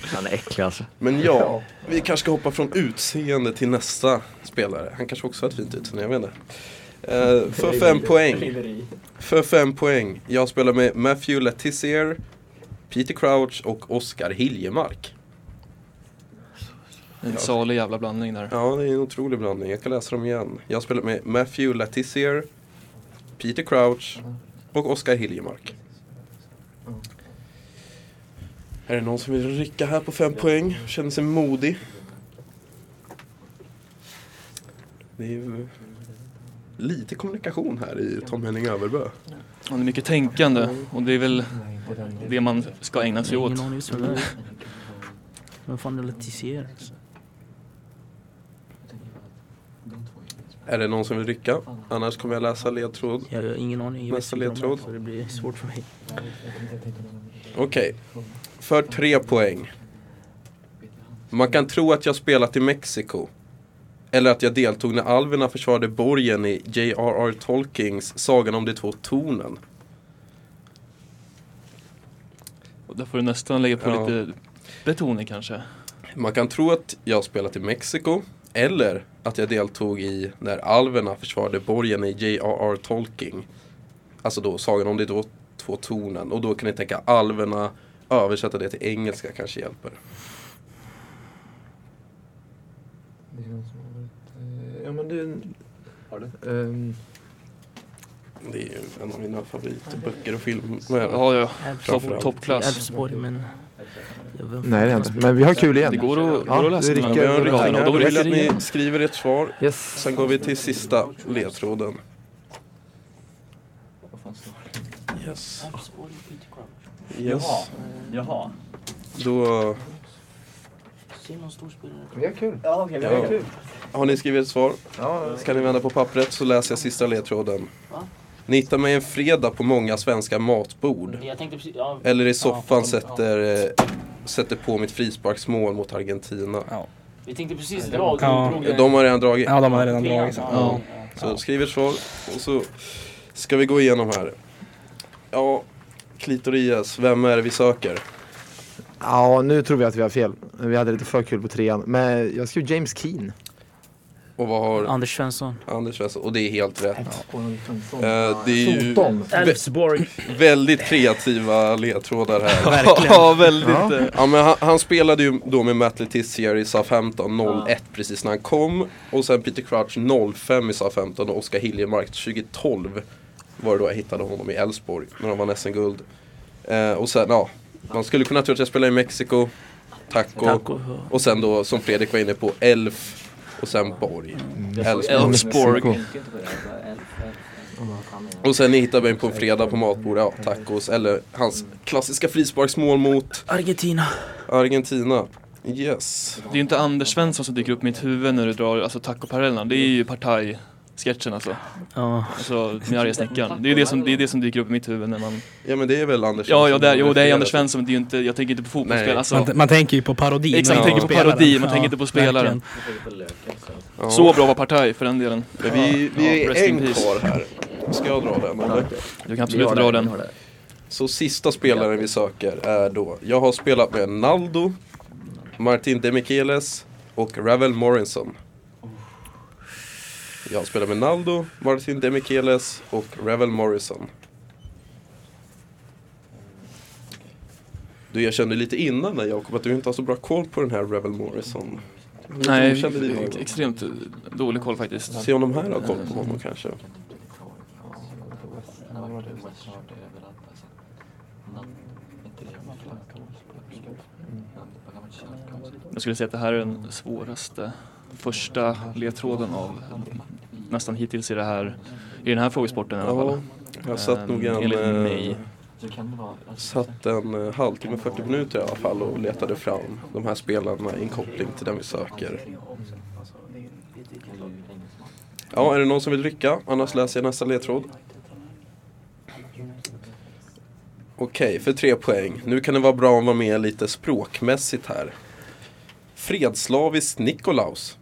Speaker 6: Han är äcklig alltså.
Speaker 4: Men ja, vi kanske ska hoppa från utseende till nästa spelare. Han kanske också har ett fint utseende, jag vet inte. Eh, för fem poäng. För fem poäng. Jag spelar med Matthew Letizier, Peter Crouch och Oskar Hiljemark.
Speaker 3: En salig jävla blandning där.
Speaker 4: Ja, det är en otrolig blandning. Jag kan läsa dem igen. Jag spelar med Matthew Letizier, Peter Crouch och Oskar Hiljemark. Är det någon som vill rycka här på fem poäng? Känner sig modig? Det är ju lite kommunikation här i Tom Henning Överbö.
Speaker 3: Han är mycket tänkande och det är väl det man ska ägna sig åt.
Speaker 8: Ingen aning vem det är. Vem fan alltså. är Letizier?
Speaker 4: Är det någon som vill rycka? Annars kommer jag läsa ledtråd.
Speaker 8: Jag har ingen aning. Jag vet
Speaker 4: Nästa
Speaker 8: inte vem de är,
Speaker 4: ledtråd.
Speaker 8: så Det blir svårt för mig.
Speaker 4: Okej. För tre poäng. Man kan tro att jag spelat i Mexiko. Eller att jag deltog när alverna försvarade borgen i J.R.R. Tolkings Sagan om de två tornen.
Speaker 3: Och där får du nästan lägga på
Speaker 4: Ja.
Speaker 3: lite betoning kanske.
Speaker 4: Man kan tro att jag spelat i Mexiko. Eller att jag deltog i när alverna försvarade borgen i J.R.R. Tolking. Alltså då Sagan om de två, två tornen. Och då kan ni tänka alverna, översätta det till engelska kanske hjälper.
Speaker 5: Ja men Ehm, du... Har du?
Speaker 4: Det är ju en av mina favoritböcker och filmer.
Speaker 3: Ja, ja.
Speaker 4: Framförallt.
Speaker 3: Topp- Toppklass.
Speaker 8: Elfsborg, men... Jag vet
Speaker 5: nej det är inte. Men vi har kul igen.
Speaker 3: Det går att, går att läsa
Speaker 5: det
Speaker 3: den
Speaker 5: rycker.
Speaker 3: här.
Speaker 4: Vi har en ryckning
Speaker 5: Ja,
Speaker 4: här.
Speaker 3: då
Speaker 4: Då vill jag
Speaker 3: rycker det
Speaker 4: att ni skriver ert svar.
Speaker 5: Yes.
Speaker 4: Sen går vi till sista ledtråden. Yes. Yes.
Speaker 6: Jaha.
Speaker 4: Då
Speaker 5: Vi har kul.
Speaker 4: ja. har ni skrivit ett svar.
Speaker 5: Ja,
Speaker 4: Ska ni vända på pappret så läser jag sista ledtråden. Ni hittar mig en fredag på många svenska matbord.
Speaker 8: Jag tänkte precis... Ja,
Speaker 4: Eller i soffan
Speaker 8: Ja.
Speaker 4: sätter, eh, sätter på mitt frisparksmål mot Argentina.
Speaker 8: vi tänkte precis dra och
Speaker 7: Ja. drog
Speaker 4: De har redan dragit.
Speaker 7: ja, de har redan dragit sig.
Speaker 4: Ja. Så skriv ett svar och så ska vi gå igenom här. Ja, klitoris, vem är det vi söker?
Speaker 5: ja nu tror vi att vi har fel. Vi hade lite för kul på trean. Men jag skrev James Keen.
Speaker 4: Och vad har
Speaker 8: Anders Svensson.
Speaker 4: Anders Svensson? Och det är helt rätt. Eh, det är ju
Speaker 8: Elfsborg.
Speaker 4: väldigt kreativa ledtrådar här.
Speaker 3: Ja, väldigt. eh,
Speaker 4: [LAUGHS] Ja, men han, han spelade ju då med Matt Letizier i Southampton 01 precis när han kom. Och sen Peter Crouch 05 i Southampton och Oskar Hiljemark 2012. var det då jag hittade honom i Elfsborg när de vann SM-guld. Eh, och sen, ja, man skulle kunna tro att jag spelade i Mexiko, taco,
Speaker 8: Tack och...
Speaker 4: och sen då som Fredrik var inne på, Elf och sen Borg. Elfsborg.
Speaker 3: Elfsborg.
Speaker 4: Och sen hittade vi en på en fredag på matbordet, ja, tacos eller hans klassiska frisparksmål mot
Speaker 8: Argentina.
Speaker 4: Argentina. Yes.
Speaker 3: Det är ju inte Anders Svensson som dyker upp i mitt huvud när du drar alltså, tacoparellerna. Det är ju Partaj-sketchen alltså.
Speaker 8: Ja.
Speaker 3: Alltså den arga snickaren. Det är ju det som, det är det som dyker upp i mitt huvud när man...
Speaker 4: Ja men det är väl Anders
Speaker 3: Ja, ja
Speaker 4: Svensson
Speaker 3: det är, jo, det är
Speaker 4: refererar
Speaker 3: Anders
Speaker 4: till.
Speaker 3: Svensson, men det är ju inte, jag tänker inte på fotbollsspelare.
Speaker 4: Nej.
Speaker 3: Alltså,
Speaker 7: Man, man tänker ju på parodi. men
Speaker 3: Exakt, man
Speaker 7: inte
Speaker 3: tänker på
Speaker 7: spelaren.
Speaker 3: parodi, man
Speaker 7: Ja,
Speaker 3: tänker inte på spelaren.
Speaker 7: verkligen.
Speaker 4: Ja.
Speaker 3: Så bra var Partaj för den delen.
Speaker 4: Men vi, vi
Speaker 3: Ja,
Speaker 4: är
Speaker 3: rest in
Speaker 4: en
Speaker 3: peace.
Speaker 4: kvar här. Ska jag dra den eller?
Speaker 3: Du kan absolut dra den.
Speaker 4: Så sista spelaren vi söker är då, jag har spelat med Naldo, Martin Demichelis och Ravel Morrison. Jag spelar med Naldo, Martin Demichelis och Ravel Morrison. Du, jag kände lite innan där Jakob att du inte har så bra koll på den här Ravel Morrison. Hur
Speaker 3: Nej,
Speaker 4: kände du Jakob?
Speaker 3: extremt dålig koll faktiskt.
Speaker 4: Se om de här har koll på honom kanske.
Speaker 3: Jag skulle säga att det här är den svåraste första ledtråden av nästan hittills i, det här, i den här frågesporten i alla fall.
Speaker 4: Ja, jag satt
Speaker 3: Ehm,
Speaker 4: nog en,
Speaker 3: enligt
Speaker 4: eh,
Speaker 3: mig.
Speaker 4: satt en eh, halvtimme, 40 minuter i alla fall och letade fram de här spelarna i en koppling till den vi söker. Ja, är det någon som vill rycka? Annars läser jag nästa ledtråd. Okej, för tre poäng. Nu kan det vara bra att vara med lite språkmässigt här. Fredslavisk Nikolaus.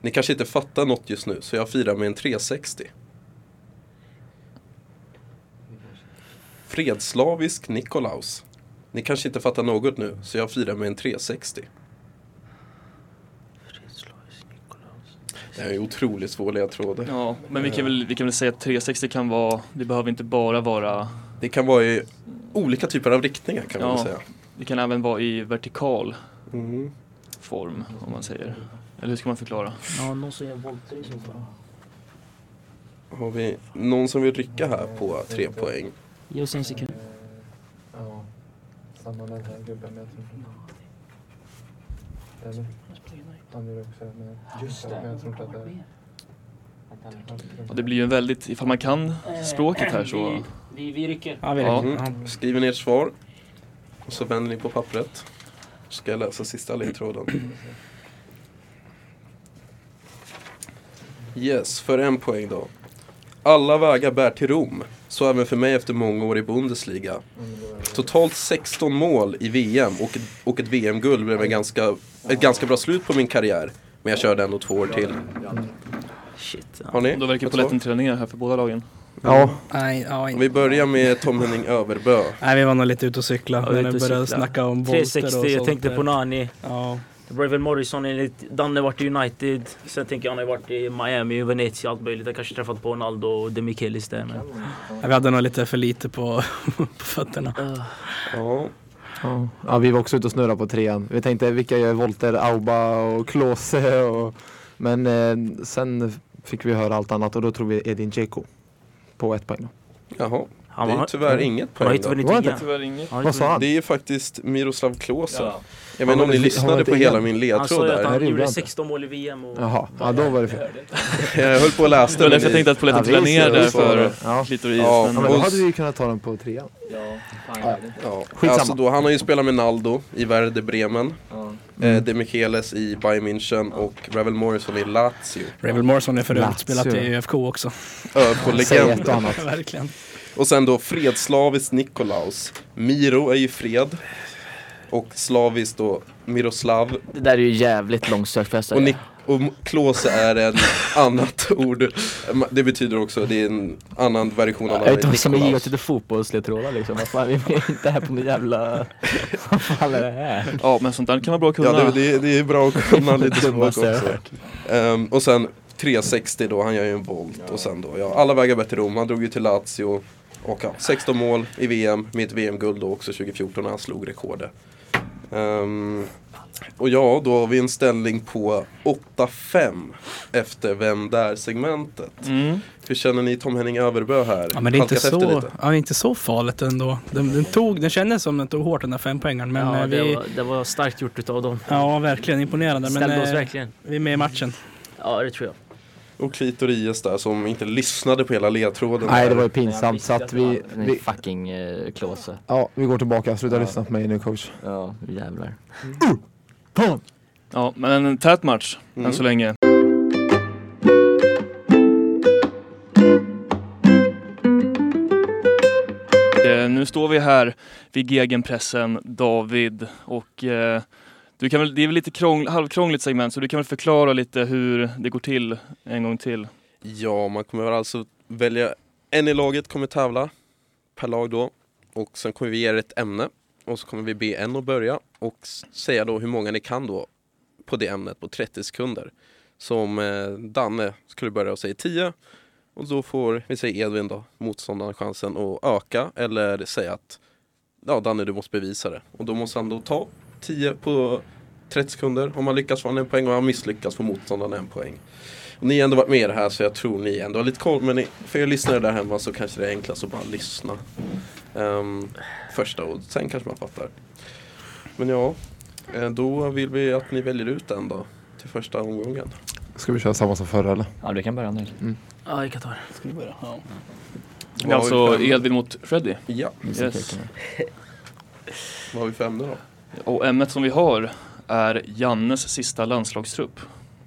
Speaker 4: Ni kanske inte fattar något just nu, så jag firar med en 360. Fredslavisk Nikolaus. Ni kanske inte fattar något nu, så jag firar med en 360. Det här är otroligt svår ledtråd.
Speaker 3: Ja, men vi kan, väl, vi kan väl säga att 360 kan vara, det behöver inte bara vara,
Speaker 4: Det kan vara i olika typer av riktningar kan man
Speaker 3: Ja.
Speaker 4: väl säga.
Speaker 3: det kan även vara i vertikal
Speaker 4: Mm.
Speaker 3: form om man säger. Eller hur ska man förklara?
Speaker 8: Ja, någon som gör volter i så fall.
Speaker 4: Har vi någon som vill rycka här på tre poäng?
Speaker 8: Ge oss en sekund.
Speaker 3: Ja, det blir ju en väldigt, ifall man kan språket här så,
Speaker 8: Vi, vi rycker.
Speaker 7: Ja, vi
Speaker 3: Ja.
Speaker 7: ja.
Speaker 4: Mm. Skriver ner ert svar. Och så vänder ni på pappret. Så ska jag läsa sista ledtråden. Yes, för en poäng då. Alla vägar bär till Rom. Så även för mig efter många år i Bundesliga. Totalt 16 mål i VM och, och ett VM-guld blev en ganska, ett ganska bra slut på min karriär. Men jag körde ändå två år till.
Speaker 8: Shit.
Speaker 4: Har ni?
Speaker 3: då verkar
Speaker 4: ett svar?
Speaker 3: polletten trilla ner här för båda lagen.
Speaker 5: Ja,
Speaker 7: Nej, ja,
Speaker 4: Om
Speaker 7: inte.
Speaker 4: vi börjar med Tom Henning Överbö.
Speaker 7: Nej, vi var nog lite ute och cykla
Speaker 8: Ja, vi var
Speaker 7: när du
Speaker 8: ute och
Speaker 7: började
Speaker 8: cykla.
Speaker 7: snacka om volter och
Speaker 8: 360, jag
Speaker 7: sånt
Speaker 8: tänkte
Speaker 7: där.
Speaker 8: på Nani.
Speaker 7: Ja,
Speaker 8: Ravel Morrison enligt Danne varit i United. Sen tänker jag han har varit i Miami, Venezia, allt möjligt. Jag kanske träffat på Ronaldo och Demichelis där. Men...
Speaker 7: Ja, vi hade nog lite för lite på, [LAUGHS] på fötterna.
Speaker 8: Uh,
Speaker 4: Ja,
Speaker 5: ja. ja, vi var också ute och snurrade på trean. Vi tänkte vilka gör volter, Auba och Klose och... Men eh, sen fick vi höra allt annat och då tror vi Edin Dzeko. På ett poäng då.
Speaker 4: jaha.
Speaker 8: han
Speaker 4: det är
Speaker 8: var-
Speaker 4: tyvärr inget
Speaker 8: Han har
Speaker 4: poäng
Speaker 8: inte
Speaker 4: då.
Speaker 8: vunnit
Speaker 5: Var det
Speaker 8: ligan.
Speaker 3: Tyvärr inget.
Speaker 8: Han har
Speaker 5: Vad
Speaker 8: inte
Speaker 5: sa
Speaker 8: vunnit-
Speaker 5: han?
Speaker 4: Det är ju faktiskt Miroslav Klose. Jag
Speaker 5: Han
Speaker 4: vet inte om
Speaker 5: var
Speaker 4: ni
Speaker 5: lite- han
Speaker 4: lyssnade
Speaker 5: var
Speaker 4: på
Speaker 5: lite
Speaker 4: hela
Speaker 5: igen.
Speaker 4: min
Speaker 8: Han sa
Speaker 4: ledtråd
Speaker 8: ju att
Speaker 4: där.
Speaker 5: Nej,
Speaker 8: han
Speaker 5: det gjorde
Speaker 8: gjorde
Speaker 5: han inte.
Speaker 8: 16 mål i VM och...
Speaker 5: Jaha, ja då var det fel.
Speaker 4: [LAUGHS] Jag höll på att läsa
Speaker 3: Det var
Speaker 4: men
Speaker 3: därför alltså, jag
Speaker 4: ni-
Speaker 3: tänkte att polletten
Speaker 5: Ja,
Speaker 3: trillade
Speaker 5: visst,
Speaker 3: ner
Speaker 5: det
Speaker 3: där
Speaker 5: var så.
Speaker 3: för
Speaker 5: Ja.
Speaker 3: klitoris.
Speaker 4: Ja.
Speaker 5: Ja, men
Speaker 3: Men
Speaker 5: då hade vi ju kunnat ta den på trean.
Speaker 4: ja.
Speaker 5: Skitsamma.
Speaker 4: Alltså då, han har ju spelat med Naldo i Werder Bremen. Eh, De Micheles i Bayern München och Ravel Morrison i Lazio.
Speaker 7: Ravel Morrison är för
Speaker 5: Lazio.
Speaker 7: övrigt spelat i ÖFK också.
Speaker 5: Säg
Speaker 4: ÖFK-legend.
Speaker 5: ett och annat.
Speaker 7: [LAUGHS] Verkligen.
Speaker 4: Och sen då fredslavis Nikolaus. Miro är ju fred. Och slaviskt då Miroslav.
Speaker 9: Det där är ju jävligt långsökt får jag
Speaker 4: Och, Nik-
Speaker 9: säga.
Speaker 4: och Klose är
Speaker 9: [LAUGHS]
Speaker 4: ett annat ord. Det betyder också, det är en annan version av
Speaker 9: Jag vet inte vad som är
Speaker 4: Nikolaus.
Speaker 9: givet till fotbollsledtrådar liksom. Vad fan, vi är inte här på någon jävla... [LAUGHS] Vad fan är det här?
Speaker 3: ja, men sånt där kan vara bra att kunna.
Speaker 4: Ja, det, det, är- det är bra att
Speaker 3: [LAUGHS]
Speaker 4: kunna lite språk
Speaker 9: Dummaste jag
Speaker 4: också. Ehm, och sen 360 då, han gör ju en volt. Och sen då, ja, alla vägar bär till Rom. Han drog ju till Lazio. Och ja, 16 mål i VM, med ett VM-guld då också 2014 när han slog rekordet. Ehm, och ja, då har vi en ställning på 8-5 efter Vem Där-segmentet.
Speaker 3: Mm.
Speaker 4: Hur känner ni Tom Henning Överbö här?
Speaker 7: Ja, men det är inte
Speaker 4: Halkat efter
Speaker 7: så,
Speaker 4: lite?
Speaker 7: ja, det är inte så farligt ändå. Den, den, tog, den kändes som den tog hårt den där fempoängaren. Men
Speaker 8: ja,
Speaker 7: eh,
Speaker 8: det,
Speaker 7: vi...
Speaker 8: var, det var starkt gjort utav dem.
Speaker 7: Ja, verkligen imponerande. Men
Speaker 8: Ställde oss
Speaker 7: eh,
Speaker 8: verkligen.
Speaker 7: vi är med i matchen.
Speaker 8: Ja, det tror jag.
Speaker 4: Och Klitoris där som inte lyssnade på hela ledtråden.
Speaker 5: Nej, det var ju
Speaker 9: Jag
Speaker 5: pinsamt.
Speaker 9: visste
Speaker 5: Så att
Speaker 9: det var
Speaker 5: vi,
Speaker 9: en
Speaker 5: vi,
Speaker 9: fucking eh, klåse.
Speaker 5: ja, vi går tillbaka. Sluta
Speaker 9: Ja.
Speaker 5: lyssna på mig nu coach.
Speaker 9: Ja, jävlar.
Speaker 3: Ja, men en tät match
Speaker 4: Mm.
Speaker 3: än så länge. Eh, Nu står vi här vid gegenpressen, David, och eh, du kan väl, det är väl lite krång, halvkrångligt segment, så du kan väl förklara lite hur det går till en gång till.
Speaker 4: Ja, man kommer alltså välja en i laget kommer tävla per lag då och sen kommer vi ge er ett ämne och så kommer vi be en att börja och s- säga då hur många ni kan då på det ämnet på 30 sekunder. Som eh, Danne skulle börja och säga 10 och då får vi säger Edvin då, motståndaren chansen att öka eller säga att ja Danne du måste bevisa det och då måste han då ta 10 på 30 sekunder. Om han lyckas får han en poäng och om han misslyckas får motståndaren en poäng. Och Ni har ändå varit med i det här så jag tror ni ändå har lite koll men ni, för er lyssnare där hemma så kanske det är enklast att bara lyssna Ehm, Första och sen kanske man fattar Men ja, eh, då vill vi att ni väljer ut en då till första omgången
Speaker 5: Ska vi köra samma som förra eller?
Speaker 9: Ja, du kan börja nu.
Speaker 8: Ja, jag kan ta det.
Speaker 7: Ska vi börja? Ja.
Speaker 3: Det är alltså Edvin mot Freddy.
Speaker 4: Ja,
Speaker 3: Yes.
Speaker 4: vad har vi för ämne då?
Speaker 3: Och ämnet som vi har är Jannes sista landslagstrupp.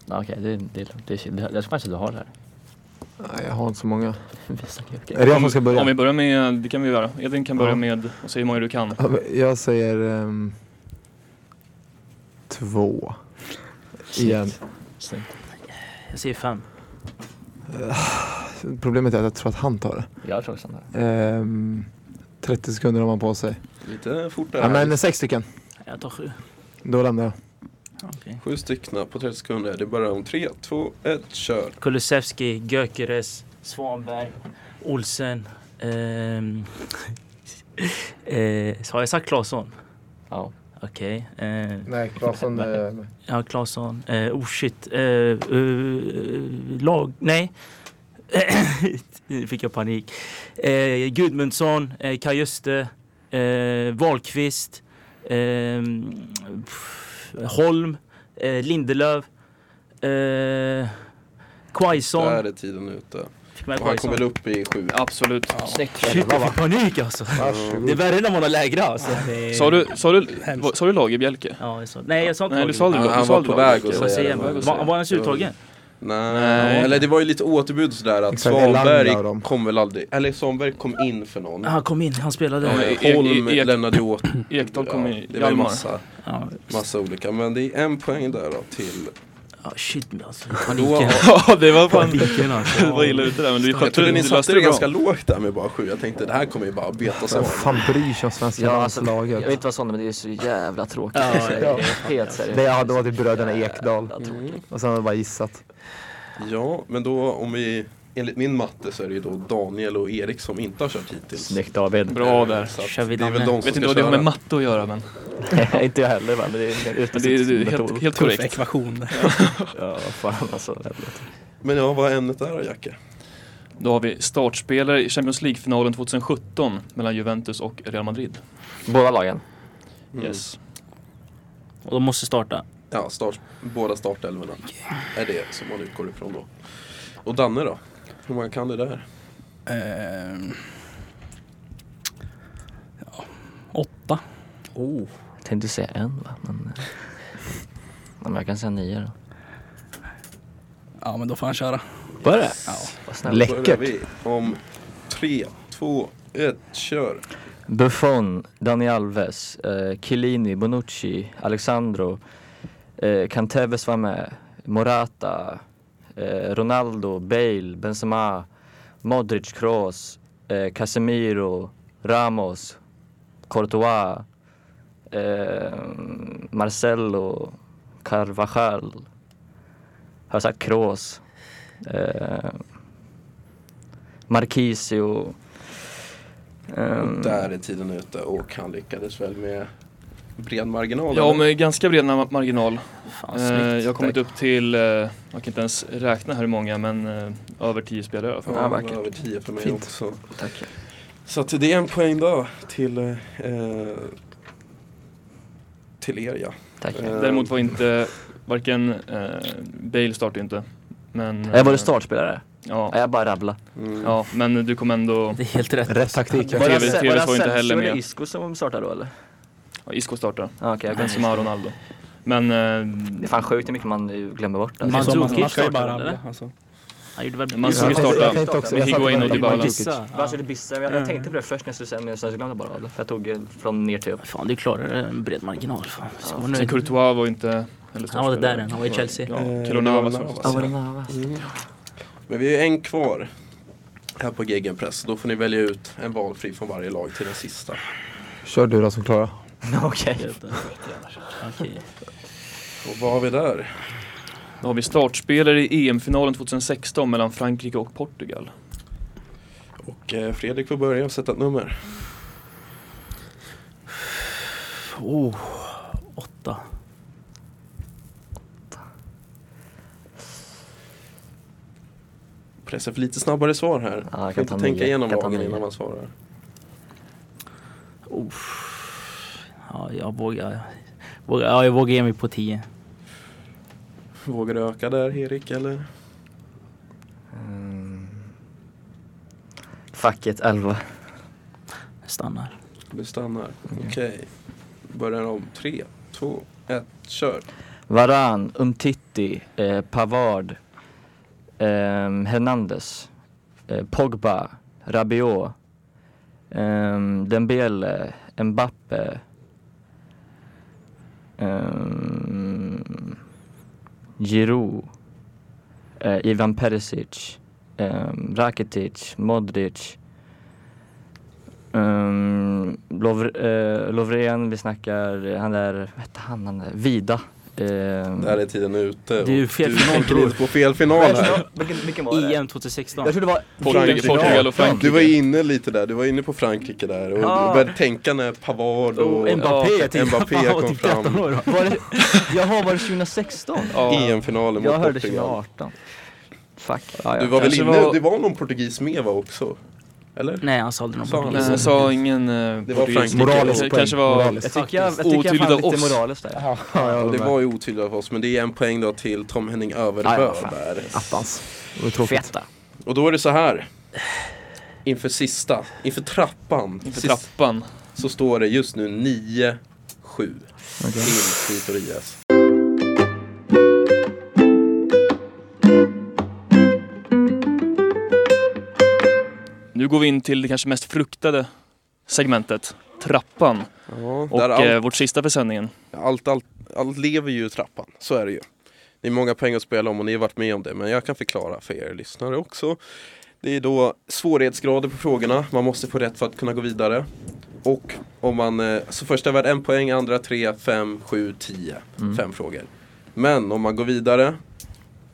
Speaker 9: Ja, okej, det, det, det, det, jag tror faktiskt att du har det här. [LAUGHS]
Speaker 5: Nej, jag har inte så många.
Speaker 9: Visa, okej, okej.
Speaker 5: Är det jag som ska börja?
Speaker 3: Om vi börjar med, det kan vi göra, Edvin kan börja
Speaker 5: Ja.
Speaker 3: med och säga hur många du kan.
Speaker 5: Ja, men Jag säger ehm, två. Igen.
Speaker 9: Snyggt.
Speaker 8: Jag säger fem.
Speaker 5: Problemet är att jag tror att han tar det.
Speaker 9: Jag tror också att du har det.
Speaker 5: Ehm, 30 sekunder har man på sig.
Speaker 4: Lite fortare
Speaker 5: Ja, men sex stycken.
Speaker 8: Jag tar sju.
Speaker 5: Då lämnar jag.
Speaker 4: Sju stycken på 30 sekunder, det börjar om tre, två, ett, kör!
Speaker 8: Kulusevski, Gökeres, Svanberg, Olsen. ehm, [LAUGHS] eh, har jag sagt Claesson?
Speaker 9: Ja.
Speaker 8: Okej. eh,
Speaker 5: Nej,
Speaker 9: Claesson, eh,
Speaker 8: ja, Claesson. Eh, oh shit. Eh, eh, lag... Nej. [COUGHS] nu fick jag panik. Eh, Gudmundsson, eh, Kaj Öste, eh, Wahlqvist, eh, pff, Holm, eh, Lindelöf, eh,
Speaker 4: Där
Speaker 8: Quaison.
Speaker 4: är tiden ute
Speaker 8: Fick med
Speaker 4: och han kom
Speaker 8: Quaison.
Speaker 4: väl upp i sju
Speaker 3: Absolut.
Speaker 9: Snyggt.
Speaker 8: Shit, jag fick panik alltså.
Speaker 5: Varsågod.
Speaker 8: Det är värre när man har lägre alltså.
Speaker 3: Sa du, sa du,
Speaker 7: Hemskt.
Speaker 3: vad- sa du Lagerbjälke?
Speaker 8: Ja, jag sa, nej, jag sa inte
Speaker 3: Nej, du sa aldrig
Speaker 4: Han-
Speaker 3: Lager-
Speaker 4: han
Speaker 3: du sa
Speaker 4: var
Speaker 3: aldrig
Speaker 4: på väg
Speaker 3: Lagerbjälke.
Speaker 4: att
Speaker 8: Jag
Speaker 4: säga
Speaker 8: säger
Speaker 4: det.
Speaker 8: det.
Speaker 4: Var-
Speaker 3: Jag
Speaker 8: Var, var han ens
Speaker 4: det.
Speaker 8: uttagen?
Speaker 4: Nej.
Speaker 3: Nej.
Speaker 4: eller det var ju lite återbud sådär att
Speaker 5: Exakt, Elanga och
Speaker 4: Svanberg
Speaker 5: dem.
Speaker 4: kom väl aldrig, eller Svanberg kom in för någon.
Speaker 8: Han kom in, han spelade.
Speaker 3: Ja,
Speaker 4: Eh,
Speaker 3: Ek- Ek-
Speaker 4: Holm
Speaker 3: Ek-
Speaker 4: lämnade
Speaker 3: [CLEARS THROAT]
Speaker 4: ju åt,
Speaker 3: Ekdal kom i
Speaker 4: det var ju
Speaker 3: Hjalmar.
Speaker 4: massa,
Speaker 8: Ja,
Speaker 4: massa olika. Men det är en poäng där då till,
Speaker 8: ja, shit alltså.
Speaker 4: då,
Speaker 8: Paniken.
Speaker 3: [LAUGHS] Ja, det var fan...
Speaker 8: Paniken
Speaker 3: [LAUGHS]
Speaker 8: alltså.
Speaker 3: Det var illa ute där, men du
Speaker 4: jag trodde ni satte det
Speaker 3: bra.
Speaker 4: ganska lågt där med bara sju. Jag tänkte det här kommer ju bara betas
Speaker 3: [LAUGHS]
Speaker 5: Vem
Speaker 4: av.
Speaker 5: fan bryr sig om svenska
Speaker 9: Ja, alltså, jag vill
Speaker 5: landslaget?
Speaker 9: inte vara sån men det är så jävla tråkigt.
Speaker 8: Ja,
Speaker 9: Alltså,
Speaker 8: ja.
Speaker 9: det är Helt seriöst.
Speaker 5: Det hade varit typ bröderna Ekdal.
Speaker 9: Jävla tråkigt.
Speaker 5: Och sen har jag bara gissat.
Speaker 4: Ja, men då om vi, enligt min matte så är det ju då Daniel och Erik som inte har kört hittills.
Speaker 9: Snyggt David.
Speaker 3: Bra där.
Speaker 4: Så att
Speaker 8: Kör vi
Speaker 4: det är väl
Speaker 8: Danne.
Speaker 4: de som
Speaker 3: Vet
Speaker 4: ska
Speaker 3: inte vad det har med
Speaker 4: köra.
Speaker 3: matte att göra, men
Speaker 9: [LAUGHS] inte jag heller va, men det är
Speaker 3: men det är, det är helt,
Speaker 9: metod.
Speaker 3: helt
Speaker 7: Tuff
Speaker 3: korrekt.
Speaker 7: ekvation. där.
Speaker 9: Ja, fan alltså. jävlar.
Speaker 4: Men ja, vad är ämnet där då Jacke?
Speaker 3: Då har vi startspelare i Champions League-finalen 2017 mellan Juventus och Real Madrid.
Speaker 9: Båda lagen.
Speaker 4: Mm.
Speaker 3: Yes.
Speaker 8: Och de måste starta.
Speaker 4: Ja, start, båda startelvorna är det som man utgår ifrån då. Och Danne då? Hur många kan det där?
Speaker 7: Ehm, ja, åtta.
Speaker 9: Oh. Jag tänkte säga en va, men... eh, Ja, men jag kan säga nio då.
Speaker 7: Ja, men då får han köra.
Speaker 9: Var det?
Speaker 7: Ja.
Speaker 9: Vad snällt.
Speaker 4: Då börjar vi om tre, två, ett, kör!
Speaker 9: Buffon, Dani Alves, eh, Chiellini, Bonucci, Alexandro, eh, kan Tevez vara med, Morata, eh, Ronaldo, Bale, Benzema, Modric, Kroos, eh, Casemiro, Ramos, Courtois, eh, Marcelo, Carvajal, har jag sagt Kroos, eh, Marquisio. ehm, Mm.
Speaker 4: Där är tiden ute och han lyckades väl med bred marginal.
Speaker 3: Ja,
Speaker 4: eller?
Speaker 3: med ganska bred na- marginal.
Speaker 8: Fan,
Speaker 3: Eh,
Speaker 8: snyggt.
Speaker 3: jag har kommit upp till, eh, jag kan inte ens räkna hur många, men eh, över 10 spelare i alla fall.
Speaker 4: Ja,
Speaker 9: Ja,
Speaker 4: det var
Speaker 9: vackert.
Speaker 4: över 10 för mig
Speaker 9: Fint.
Speaker 4: också.
Speaker 9: Tack.
Speaker 4: Så att det är en poäng då till, eh, till er ja.
Speaker 9: Tack.
Speaker 4: Eh,
Speaker 3: Däremot var inte, varken eh, Bale startade inte. Men,
Speaker 9: Jag var du
Speaker 3: eh,
Speaker 9: startspelare? Ja,
Speaker 3: Ja,
Speaker 9: jag bara rabbla.
Speaker 4: Mm.
Speaker 3: ja, men du kom ändå,
Speaker 8: Det är helt rätt.
Speaker 5: Rätt taktik.
Speaker 3: Var det- TV var inte heller
Speaker 9: Var det
Speaker 3: med.
Speaker 9: Isco som startade då eller?
Speaker 3: ja, Isco startade,
Speaker 9: Ja, okej, jag kan
Speaker 3: Benzema och Ronaldo. Men
Speaker 9: Det är
Speaker 3: eh,
Speaker 9: fan sjukt hur mycket man eh, glömmer bort. Alltså.
Speaker 7: Man-
Speaker 8: Mandzukic
Speaker 7: man ska ju
Speaker 8: startade,
Speaker 7: bara rabbla,
Speaker 8: eller?
Speaker 7: alltså.
Speaker 8: Han gjorde väl...
Speaker 3: Man såg ju starta.
Speaker 5: Jag tänkte också, jag
Speaker 3: Med Higuain
Speaker 5: satte
Speaker 3: och
Speaker 5: bara-
Speaker 3: Dybala.
Speaker 8: Bissa.
Speaker 9: Vad körde Bissa? Jag, jag tänkte på det först när jag skulle säga men sen så glömde jag bara av det. För jag tog eh, från ner till upp.
Speaker 8: Fan, du klarade en bred marginal. Fan. Ska
Speaker 9: Ja,
Speaker 8: vara
Speaker 3: sen
Speaker 8: nöjd.
Speaker 3: Courtois var inte heller
Speaker 8: Han var
Speaker 3: startspelare.
Speaker 8: där än, han var i Chelsea.
Speaker 3: Ja,
Speaker 4: Eh, det Mm.
Speaker 3: Kilonava
Speaker 4: var
Speaker 3: som
Speaker 4: Navas.
Speaker 3: startade.
Speaker 9: Mm.
Speaker 4: Men vi har ju en kvar här på gegenpress. Då får ni välja ut en valfri från varje lag till den sista.
Speaker 5: Kör du då som klarar.
Speaker 9: Okej.
Speaker 8: Okej.
Speaker 4: Och vad har vi där?
Speaker 3: Då har vi startspelare i EM-finalen 2016 mellan Frankrike och Portugal.
Speaker 4: Och eh, Fredrik får börja och sätta ett nummer.
Speaker 8: Oh, åtta.
Speaker 4: Pressa för lite snabbare svar här.
Speaker 9: Ja, jag
Speaker 4: får
Speaker 9: kan
Speaker 4: inte
Speaker 9: ta
Speaker 4: tänka
Speaker 9: nio.
Speaker 4: igenom
Speaker 9: Kan ta
Speaker 4: lagen
Speaker 9: nio.
Speaker 4: innan man svarar.
Speaker 8: Oh. Ja, jag vågar... vågar ja, jag vågar ge mig på tio.
Speaker 4: Vågar du öka där Erik eller?
Speaker 9: Mm. Fuck it, 11.
Speaker 8: Jag stannar.
Speaker 4: Du stannar.
Speaker 9: Mm.
Speaker 4: Okej. Börjar om. Tre, två, ett, kör.
Speaker 9: Varan, Umtiti, eh, Pavard, ehm, Hernandez, eh, Pogba, Rabiot, ehm, Dembele, Mbappe. ehm, Giroud, eh, Ivan Perisic, ehm, Rakitic, Modric. Um, Lovre, eh, Lovren, vi snackar, eh, han där, vad hette han, han där, Vida. Ehm,
Speaker 4: Där är tiden ute.
Speaker 8: Det är ju
Speaker 4: och
Speaker 8: fel
Speaker 4: du
Speaker 8: final,
Speaker 4: tänker
Speaker 8: bror.
Speaker 4: inte på fel final här.
Speaker 9: Vilken, vilken var det?
Speaker 8: EM 2016.
Speaker 9: Jag tror det var
Speaker 3: Portugal, Portugal och Frankrike.
Speaker 4: Du var inne lite där, du var inne på Frankrike där och
Speaker 9: Ah.
Speaker 4: började tänka när Pavard och
Speaker 9: Oh, Mbappé,
Speaker 4: ja,
Speaker 9: jag tänkte,
Speaker 4: Mbappé
Speaker 9: han var
Speaker 4: kom
Speaker 9: typ
Speaker 4: fram.
Speaker 9: Var det, jaha, var det 2016?
Speaker 4: E
Speaker 3: Ja,
Speaker 4: EM-finalen mot
Speaker 9: Jag hörde
Speaker 4: Portugal.
Speaker 9: 2018. Fuck. Ja,
Speaker 4: Du
Speaker 9: ja.
Speaker 4: var väl
Speaker 3: Kanske
Speaker 4: inne,
Speaker 3: var-
Speaker 4: det var någon portugis med va också? Eller?
Speaker 8: Nej, han sålde någon
Speaker 4: Sa han
Speaker 8: portugis.
Speaker 3: men jag sa ingen eh,
Speaker 4: Det var
Speaker 3: portugis.
Speaker 4: Frankrike.
Speaker 5: Moraliskt
Speaker 3: Det
Speaker 5: poäng.
Speaker 3: kanske var
Speaker 5: Moraliskt.
Speaker 9: Jag tycker jag, jag,
Speaker 3: Faktiskt.
Speaker 9: tycker jag
Speaker 3: Otydligt
Speaker 9: fann
Speaker 3: av
Speaker 9: lite
Speaker 3: oss.
Speaker 9: moraliskt där.
Speaker 4: Ja, det var ju otydligt av oss men det är en poäng då till Tom Henning
Speaker 9: Ja,
Speaker 4: Överbö
Speaker 9: ja, fan.
Speaker 4: där.
Speaker 5: Attans. Det var tråkigt.
Speaker 9: Feta.
Speaker 4: Och då är det så här. Inför sista, inför trappan,
Speaker 3: inför
Speaker 4: sist-
Speaker 3: trappan.
Speaker 4: så står det just nu 9-7 till Vitorias.
Speaker 3: Nu går vi in till det kanske mest fruktade segmentet, trappan.
Speaker 4: Ja,
Speaker 3: Och
Speaker 4: där allt,
Speaker 3: eh, vårt sista för sändningen.
Speaker 4: allt, allt, allt lever ju i trappan, så är det ju. Det är många poäng att spela om och ni har varit med om det, men jag kan förklara för er lyssnare också. Det är då svårighetsgrader på frågorna, man måste få rätt för att kunna gå vidare. Och om man, eh, så första värd en poäng, andra tre, fem, sju, tio. Fem frågor. Men om man går vidare,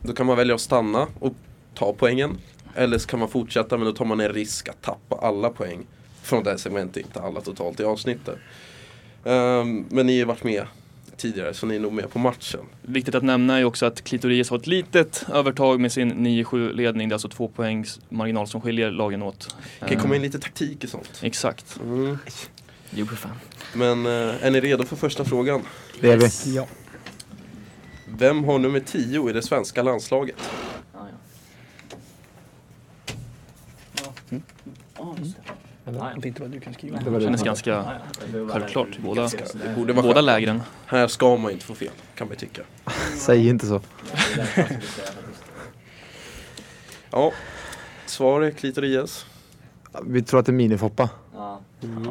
Speaker 4: då kan man välja att stanna och ta poängen. Eller så kan man fortsätta, men då tar man en risk att tappa alla poäng. Från det här segmentet, inte alla totalt i avsnittet. Ehm, men ni har ju varit med tidigare, så ni är nog med på matchen.
Speaker 3: Viktigt att nämna är också att Klitoris har ett litet övertag med sin 9-7 ledning. Det är alltså två poängs marginal som skiljer lagen åt.
Speaker 4: Det kan
Speaker 3: Eh,
Speaker 4: komma in lite taktik och sånt.
Speaker 3: Exakt.
Speaker 9: Jo, för fan.
Speaker 4: Men eh, är ni redo för första frågan?
Speaker 5: Det är vi.
Speaker 7: Ja.
Speaker 4: Vem har nummer 10 i det svenska landslaget?
Speaker 7: Jag tänkte vad du kan skriva.
Speaker 5: Det var
Speaker 3: Det kändes
Speaker 5: det.
Speaker 3: ganska självklart i båda, Eh,
Speaker 4: Det borde vara
Speaker 3: båda
Speaker 4: självklart.
Speaker 3: lägren.
Speaker 4: Här ska man inte få fel, kan man ju tycka.
Speaker 5: Säg inte så.
Speaker 4: Ja, svar är Klitorias.
Speaker 5: Vi tror att det är minifoppa.
Speaker 8: Ja,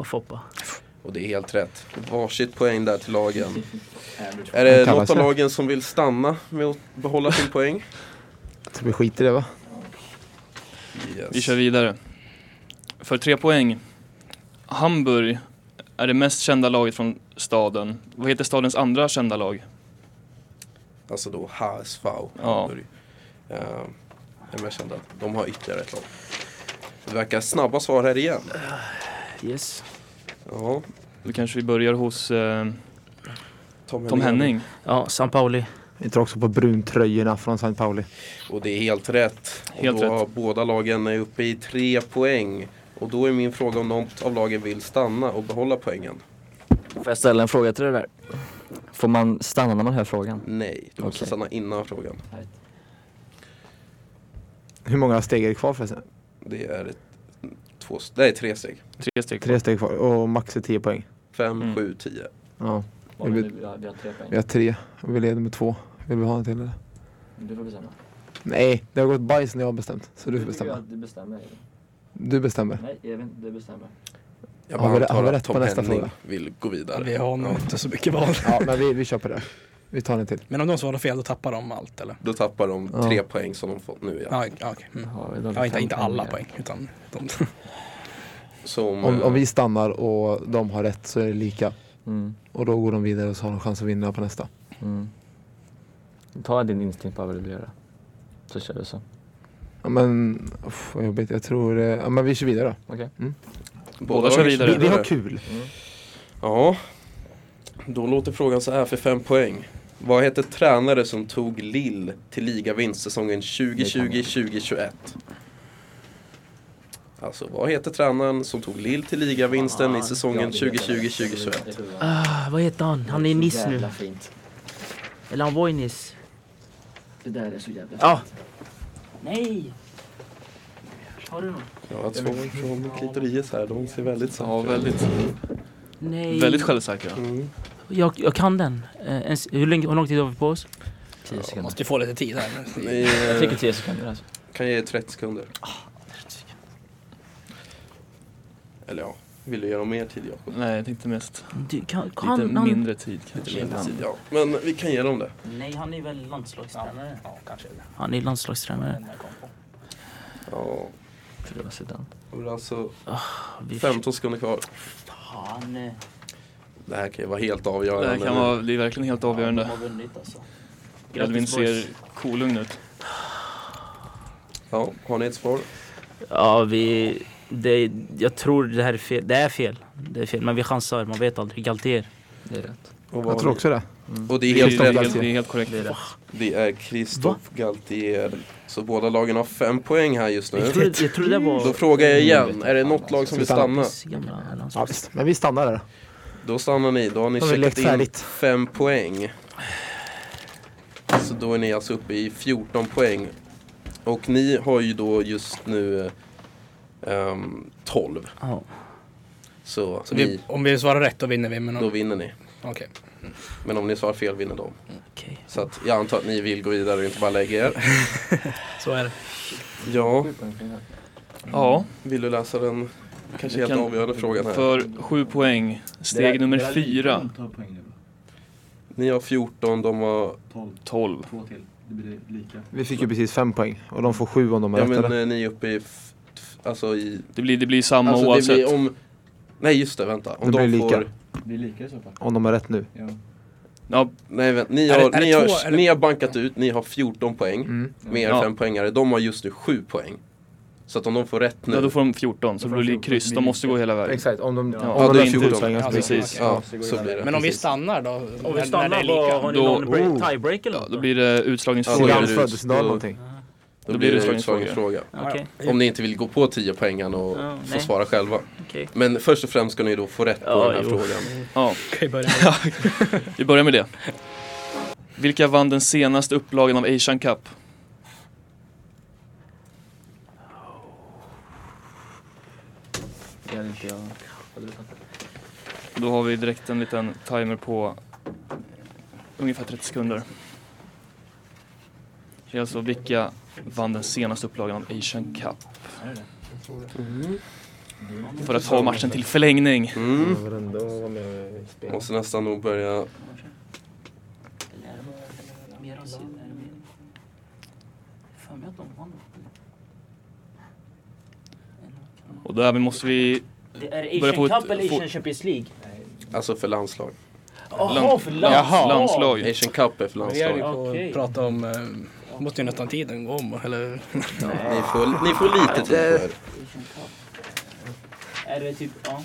Speaker 8: Foppa.
Speaker 4: Och det är helt rätt. Varsitt poäng där
Speaker 3: [LAUGHS]
Speaker 4: till lagen. Är
Speaker 5: Det
Speaker 4: det
Speaker 5: kallas
Speaker 4: något av
Speaker 5: det.
Speaker 4: lagen som vill stanna med att behålla sin poäng?
Speaker 5: Jag tror vi skiter i det va?
Speaker 4: Yes.
Speaker 3: Vi kör vidare. För tre poäng. Hamburg är det mest kända laget från staden. Vad heter stadens andra kända lag?
Speaker 4: Alltså då HSV Hamburg. Eh, men jag kände att de har ytterligare ett lag. Det verkar snabba svar här igen.
Speaker 8: Yes.
Speaker 4: Ja,
Speaker 3: Då kanske vi börjar hos eh,
Speaker 4: Tom,
Speaker 3: Tom Henning.
Speaker 8: Ja, San Pauli.
Speaker 5: Vi tror också på bruntröjorna från St. Pauli.
Speaker 4: Och det är helt rätt. Och
Speaker 3: Helt
Speaker 4: då
Speaker 3: rätt.
Speaker 4: har båda lagen är uppe i tre poäng. Och då är min fråga om något av lagen vill stanna och behålla poängen.
Speaker 9: Får jag ställa en fråga till dig där? Får man stanna när man hör frågan?
Speaker 4: Nej, du måste
Speaker 9: Okej.
Speaker 4: stanna innan frågan.
Speaker 5: Hur många steg är det kvar förresten?
Speaker 4: Det är ett, två, nej, tre steg.
Speaker 3: Tre steg kvar.
Speaker 5: Tre steg kvar och max är 10 poäng.
Speaker 4: Fem,
Speaker 3: Mm.
Speaker 4: sju, tio.
Speaker 5: Ja.
Speaker 6: Ja, men nu- vi har- vi har tre poäng.
Speaker 5: Vi har tre och vi leder med två. Vill vi ha en till eller?
Speaker 6: Du får bestämma.
Speaker 5: Nej, det har gått bajs när jag har bestämt. Så du får bestämma.
Speaker 6: Du bestämmer.
Speaker 5: Du bestämmer.
Speaker 6: Nej, Evin, du bestämmer.
Speaker 4: Jag
Speaker 5: Har vi
Speaker 4: bara
Speaker 5: rä- har
Speaker 4: antar
Speaker 5: vi
Speaker 4: att
Speaker 5: rätt på
Speaker 4: Tom
Speaker 5: nästa
Speaker 4: Henning
Speaker 5: fråga?
Speaker 4: vill gå vidare.
Speaker 7: Vi har nog inte så mycket val.
Speaker 5: Ja, men vi, vi kör på det. Vi tar en till.
Speaker 7: Men om de svarar fel, då tappar de allt eller?
Speaker 4: Då tappar de
Speaker 5: Ja.
Speaker 4: tre poäng som de fått nu. Ja.
Speaker 7: Ja, ja, okej. Mm. ja inte, inte alla poäng, utan de.
Speaker 4: Som,
Speaker 5: Om,
Speaker 4: eh,
Speaker 5: om vi stannar och de har rätt så är det lika.
Speaker 9: Mm,
Speaker 5: Och då går de vidare och så har de chans att vinna på nästa.
Speaker 9: mm. Ta din instinkt på vad du vill göra. Så kör vi så.
Speaker 5: Ja, men uff, vad jobbigt. Jag tror... eh, Ja, men vi kör vidare då.
Speaker 3: Båda kör
Speaker 4: lagen
Speaker 3: vidare.
Speaker 5: Vi, vi har kul.
Speaker 4: Ja, då låter frågan så här för fem poäng. Vad heter tränare som tog Lill till ligavinst säsongen 2020-2021? Alltså, vad heter tränaren som tog Lill till ligavinsten i säsongen 2020-2021?
Speaker 8: Ah, vad heter han? Han är i Nice nu.
Speaker 6: fint.
Speaker 8: Eller han var i Nice.
Speaker 6: Det där är så jävla
Speaker 8: Ja. Nej! Har du någon?
Speaker 4: Jag har två från Klitorius här, de ser väldigt säkra
Speaker 3: Ja, väldigt,
Speaker 8: Nej.
Speaker 3: väldigt självsäkra.
Speaker 4: Mm.
Speaker 8: Jag, jag kan den. Eh, en, s- hur, länge, hur lång tid har vi på oss?
Speaker 9: Tio sekunder.
Speaker 7: Måste ju få lite tid här.
Speaker 4: Ni
Speaker 9: Jag
Speaker 4: eh,
Speaker 9: tycker tio sekunder alltså.
Speaker 4: kan ge er 30 sekunder. Eller ja, vill du ge dem mer tid Jakob?
Speaker 3: Nej, jag tänkte mest
Speaker 8: Du, kan, kan
Speaker 3: lite
Speaker 8: han?
Speaker 3: mindre tid kanske.
Speaker 4: Lite mindre tid, ja. Men vi kan ge dem det.
Speaker 8: Nej, han är väl landslagstränare? Ja, kanske. Han är landslagstränare.
Speaker 4: Ja,
Speaker 9: För det var sedan.
Speaker 4: och alltså
Speaker 8: Vi
Speaker 4: 15 sekunder kvar.
Speaker 8: Fan, eh,
Speaker 4: Det här kan ju vara helt
Speaker 3: Det
Speaker 4: avgörande.
Speaker 3: här kan
Speaker 4: nu.
Speaker 3: vara, det är verkligen helt
Speaker 8: de
Speaker 3: avgörande.
Speaker 8: har vunnit alltså.
Speaker 3: Edvin
Speaker 8: Grattis, boys.
Speaker 3: ser kolugn ut.
Speaker 4: Ja, har ni ett svar?
Speaker 8: Ja, vi... Det, jag tror det här är fel. Det är fel. Det är fel. Men vi chansar, man vet aldrig. Galtier.
Speaker 9: Det är rätt.
Speaker 4: Och, vad
Speaker 5: Jag tror
Speaker 4: har ni?
Speaker 5: också det.
Speaker 4: och det är
Speaker 3: Det
Speaker 4: helt
Speaker 3: är,
Speaker 4: rätt.
Speaker 3: helt, det är helt korrekt.
Speaker 4: Det är Christophe Galtier. Så båda lagen har fem poäng här just nu.
Speaker 8: Jag tror, jag tror det där
Speaker 4: Då
Speaker 8: var...
Speaker 4: frågar jag igen, är det något lag som vill stanna?
Speaker 8: Gamla
Speaker 5: Ja,
Speaker 8: landslags...
Speaker 5: visst. Men vi stannar där.
Speaker 4: Då stannar ni, då har ni
Speaker 5: Då har vi
Speaker 4: checkat
Speaker 5: lekt
Speaker 4: in
Speaker 5: färdigt.
Speaker 4: fem poäng. Så då är ni alltså uppe i 14 poäng. Och ni har ju då just nu ehm, 12.
Speaker 8: Ja.
Speaker 4: Så,
Speaker 7: Så
Speaker 4: ni,
Speaker 7: [LAUGHS] vi, om vi svarar rätt då vinner vi. Men om,
Speaker 4: då vinner ni.
Speaker 7: okej.
Speaker 4: Men om ni svarar fel vinner de.
Speaker 8: Okej.
Speaker 4: Så att jag antar att ni vill gå vidare och inte bara lägga er.
Speaker 7: Så är det.
Speaker 4: Ja,
Speaker 3: Ja,
Speaker 4: vill du läsa den kanske
Speaker 3: Vi
Speaker 4: helt
Speaker 3: kan-
Speaker 4: avgörande frågan här?
Speaker 3: för sju poäng. Steg nummer fyra,
Speaker 4: Ni har 14, de har...
Speaker 3: 12.
Speaker 5: Vi fick ju precis fem poäng och de får sju om de har
Speaker 4: Ja
Speaker 5: rätt
Speaker 4: men
Speaker 5: eller?
Speaker 4: eh, ni är uppe i... F, f, alltså i...
Speaker 3: Det blir, det blir samma
Speaker 4: Alltså det
Speaker 3: oavsett.
Speaker 4: blir om... Nej just det, vänta. Om
Speaker 5: Det
Speaker 4: de
Speaker 5: blir lika.
Speaker 4: får...
Speaker 5: Om de har rätt nu.
Speaker 3: Ja,
Speaker 4: Nej vänta, ni
Speaker 7: Är det-
Speaker 4: har,
Speaker 7: är det
Speaker 4: ni, har,
Speaker 7: två, eller?
Speaker 4: ni har bankat ut, ni har 14 poäng.
Speaker 5: Mm.
Speaker 4: Med er
Speaker 3: Ja.
Speaker 4: fempoängare, de har just nu 7 poäng. Så att om de får rätt nu...
Speaker 3: ja, då får de 14, så det blir det kryss. De måste gå hela vägen.
Speaker 5: Exakt, om de,
Speaker 3: Ja,
Speaker 5: om
Speaker 4: då
Speaker 5: de
Speaker 4: är
Speaker 5: inte
Speaker 4: 14.
Speaker 5: utsvängas.
Speaker 7: Ja,
Speaker 3: precis.
Speaker 7: okej.
Speaker 4: Ja, så blir det.
Speaker 7: Men om vi
Speaker 4: Precis.
Speaker 7: stannar då? Om
Speaker 8: Om vi stannar, vad, har ni
Speaker 3: Då-
Speaker 8: någon break,
Speaker 5: oh.
Speaker 8: tiebreak eller
Speaker 3: Ja,
Speaker 8: något?
Speaker 3: då
Speaker 8: då?
Speaker 3: blir det utslagningsfrågor.
Speaker 4: Ja, då är
Speaker 5: Sirans
Speaker 4: det-
Speaker 5: födelsedag eller
Speaker 4: då-
Speaker 5: någonting.
Speaker 4: Då
Speaker 3: Då
Speaker 4: blir det
Speaker 3: blir det
Speaker 4: utslagningsfråga.
Speaker 8: Okej,
Speaker 4: Om ni inte vill gå på 10 poängen och
Speaker 8: Ja,
Speaker 4: få
Speaker 8: nej.
Speaker 4: svara själva.
Speaker 8: okej.
Speaker 4: Men först och främst ska ni då få rätt på
Speaker 8: Ja,
Speaker 4: den här
Speaker 8: jo.
Speaker 4: frågan.
Speaker 3: Ja,
Speaker 7: Okej, börja.
Speaker 3: vi börjar med det. Vilka vann den senaste upplagan av Asian Cup?
Speaker 6: Det hade inte jag.
Speaker 3: Då har vi direkt en liten timer på ungefär 30 sekunder. Det är alltså vilka vann den senaste upplagan av Asian Cup? Mm. För att ta matchen till förlängning.
Speaker 4: Mm.
Speaker 5: Jag vill ändå vara med i spelet.
Speaker 4: Måste nästan nog börja...
Speaker 3: Och där måste vi...
Speaker 8: Det är
Speaker 3: Börja få
Speaker 8: Asian
Speaker 3: ett-
Speaker 8: Cup eller
Speaker 3: få-
Speaker 8: Asian Champions League?
Speaker 4: Alltså för landslag.
Speaker 8: Jaha, för landslag!
Speaker 3: landslag.
Speaker 4: Asian Cup är för
Speaker 7: Vi är ju
Speaker 4: landslag.
Speaker 7: på
Speaker 8: Okej.
Speaker 7: att prata om... Eh, måste ju nästan tiden gå om, eller?
Speaker 4: Ni får, ni får lite tid på er.
Speaker 8: Asian Cup. Är det typ, ja.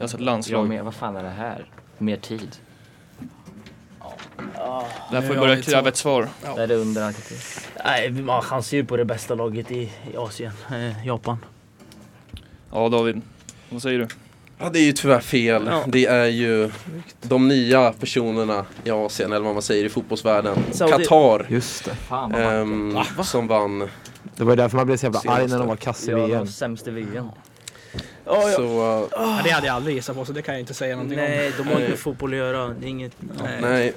Speaker 3: Alltså ett
Speaker 9: Jag
Speaker 3: landslag.
Speaker 9: med, vad fan är det här? mer tid.
Speaker 3: Där får vi
Speaker 9: Eh,
Speaker 7: Ja,
Speaker 3: börja
Speaker 7: det är
Speaker 3: kräva
Speaker 7: så.
Speaker 3: ett svar.
Speaker 9: Det är det under all kritik.
Speaker 8: Nej, man chansar ju på det bästa laget i, i Asien, eh, Japan.
Speaker 3: Ja David, vad säger du?
Speaker 4: Ja, det är ju tyvärr fel.
Speaker 8: Ja.
Speaker 4: Det är ju de nya personerna i Asien, eller vad man säger i fotbollsvärlden.
Speaker 8: Saudi-
Speaker 4: Qatar
Speaker 5: Just det.
Speaker 9: Fan vad
Speaker 4: ehm, som vann.
Speaker 5: Det var ju därför man blev så jävla arg när
Speaker 4: Senaste.
Speaker 5: de var kass i
Speaker 9: Ja,
Speaker 5: VM.
Speaker 9: de
Speaker 8: alltså.
Speaker 9: sämsta VM.
Speaker 7: Ja, ja.
Speaker 4: Så eh,
Speaker 7: Ja, det hade jag aldrig gissat på så det kan jag inte säga någonting
Speaker 8: Nej, de har
Speaker 4: Nej.
Speaker 8: inte med fotboll att göra. Det är inget... Nej.
Speaker 4: nej.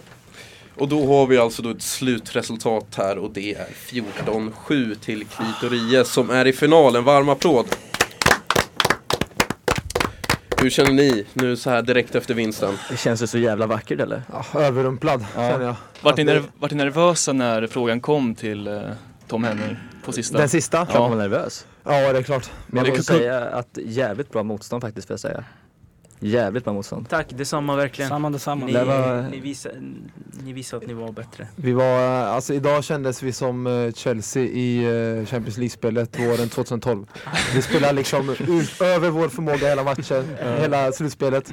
Speaker 4: Och då har vi alltså då ett slutresultat här och det är 14-7 till Klitories som är i finalen. Varm applåd! Hur känner ni nu så här direkt efter vinsten?
Speaker 9: Det känns ju så jävla vackert eller?
Speaker 5: Ja, överrumplad känner jag.
Speaker 3: Vart ni,
Speaker 5: Att det-
Speaker 3: nerv- vart ni nervösa när frågan kom till eh, Tom Henning på sista?
Speaker 5: Den sista?
Speaker 9: Klart
Speaker 5: Ja,
Speaker 9: man var nervös.
Speaker 5: det är klart.
Speaker 9: Men
Speaker 3: Det
Speaker 9: jag måste
Speaker 3: kan-
Speaker 9: säga att jävligt bra motstånd faktiskt får jag säga. Jävligt bra motstånd.
Speaker 8: Tack, detsamma verkligen.
Speaker 7: Samma detsamma.
Speaker 8: Ni,
Speaker 9: Det var-
Speaker 8: ni, visar, ni visar att ni var bättre.
Speaker 5: Vi var, eh, alltså idag kändes vi som eh, Chelsea i eh, Champions League-spelet våren 2012. Vi spelade liksom ut, över vår förmåga hela matchen, hela slutspelet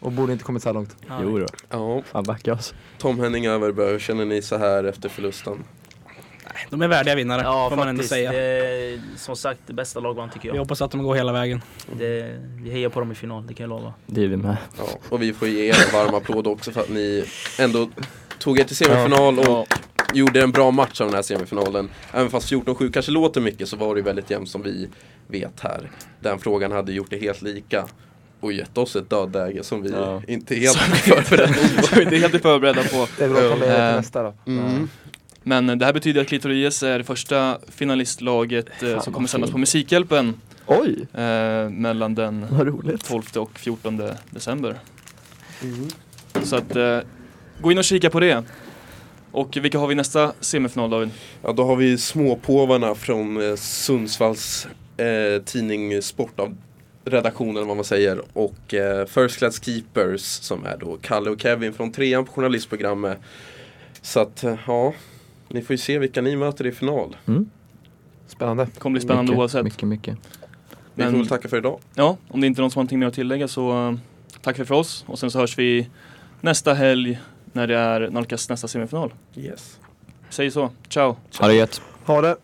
Speaker 5: och borde inte kommit så här långt.
Speaker 8: Ja.
Speaker 9: Jo då.
Speaker 4: Ja,
Speaker 9: Fan backa oss.
Speaker 4: Tom Henning Överberg, hur känner ni så här efter förlusten?
Speaker 7: De är värdiga vinnare,
Speaker 8: Ja,
Speaker 7: får man ändå
Speaker 8: faktiskt.
Speaker 7: säga.
Speaker 8: Det, som sagt, det bästa lag vann tycker
Speaker 7: Vi
Speaker 8: jag.
Speaker 7: hoppas att de går hela vägen.
Speaker 8: Det, vi hejar på dem i final, det kan jag lova.
Speaker 9: Det är vi med.
Speaker 4: Ja, och vi får ge er en varm applåd också för att ni ändå tog er till semifinal och
Speaker 3: Ja,
Speaker 4: gjorde en bra match av den här semifinalen. Även fast 14-7 kanske låter mycket så var det ju väldigt jämnt som vi vet här. Den frågan hade gjort det helt lika och gett oss ett dödläge som vi
Speaker 9: Ja.
Speaker 4: inte helt förberedde
Speaker 3: som vi inte är helt förberedda på.
Speaker 5: Det är bra att ta med er
Speaker 3: Eh,
Speaker 5: till nästa då.
Speaker 4: mm.
Speaker 3: Men eh, det här betyder att Klitories är det första finalistlaget eh,
Speaker 9: Fan,
Speaker 3: som
Speaker 9: vad
Speaker 3: kommer sändas på
Speaker 9: fint.
Speaker 3: Musikhjälpen
Speaker 9: Oj,
Speaker 3: eh, mellan den
Speaker 9: vad roligt.
Speaker 3: 12 och 14 december.
Speaker 9: Mm.
Speaker 3: Så att eh, gå in och kika på det. Och vilka har vi i nästa semifinal David?
Speaker 4: Ja, då har vi småpåvarna från eh, Sundsvalls eh, tidning Sport av redaktionen vad man säger och eh, First Class Keepers som är då Kalle och Kevin från trean på journalistprogrammet. Så att eh, ja, ni får ju se vilka ni möter i final.
Speaker 5: Spännande.
Speaker 3: Det kommer bli spännande
Speaker 9: mycket,
Speaker 3: oavsett.
Speaker 9: Mycket, mycket.
Speaker 4: Vi får
Speaker 3: Men-
Speaker 4: väl tacka för idag.
Speaker 3: Ja, om det inte är någon som har någonting mer att tillägga så eh, tack för, för oss och sen så hörs vi nästa helg när det är Nalkas nästa semifinal.
Speaker 4: Yes.
Speaker 3: Säg så, ciao!
Speaker 9: Ha det gött.
Speaker 5: Ha det!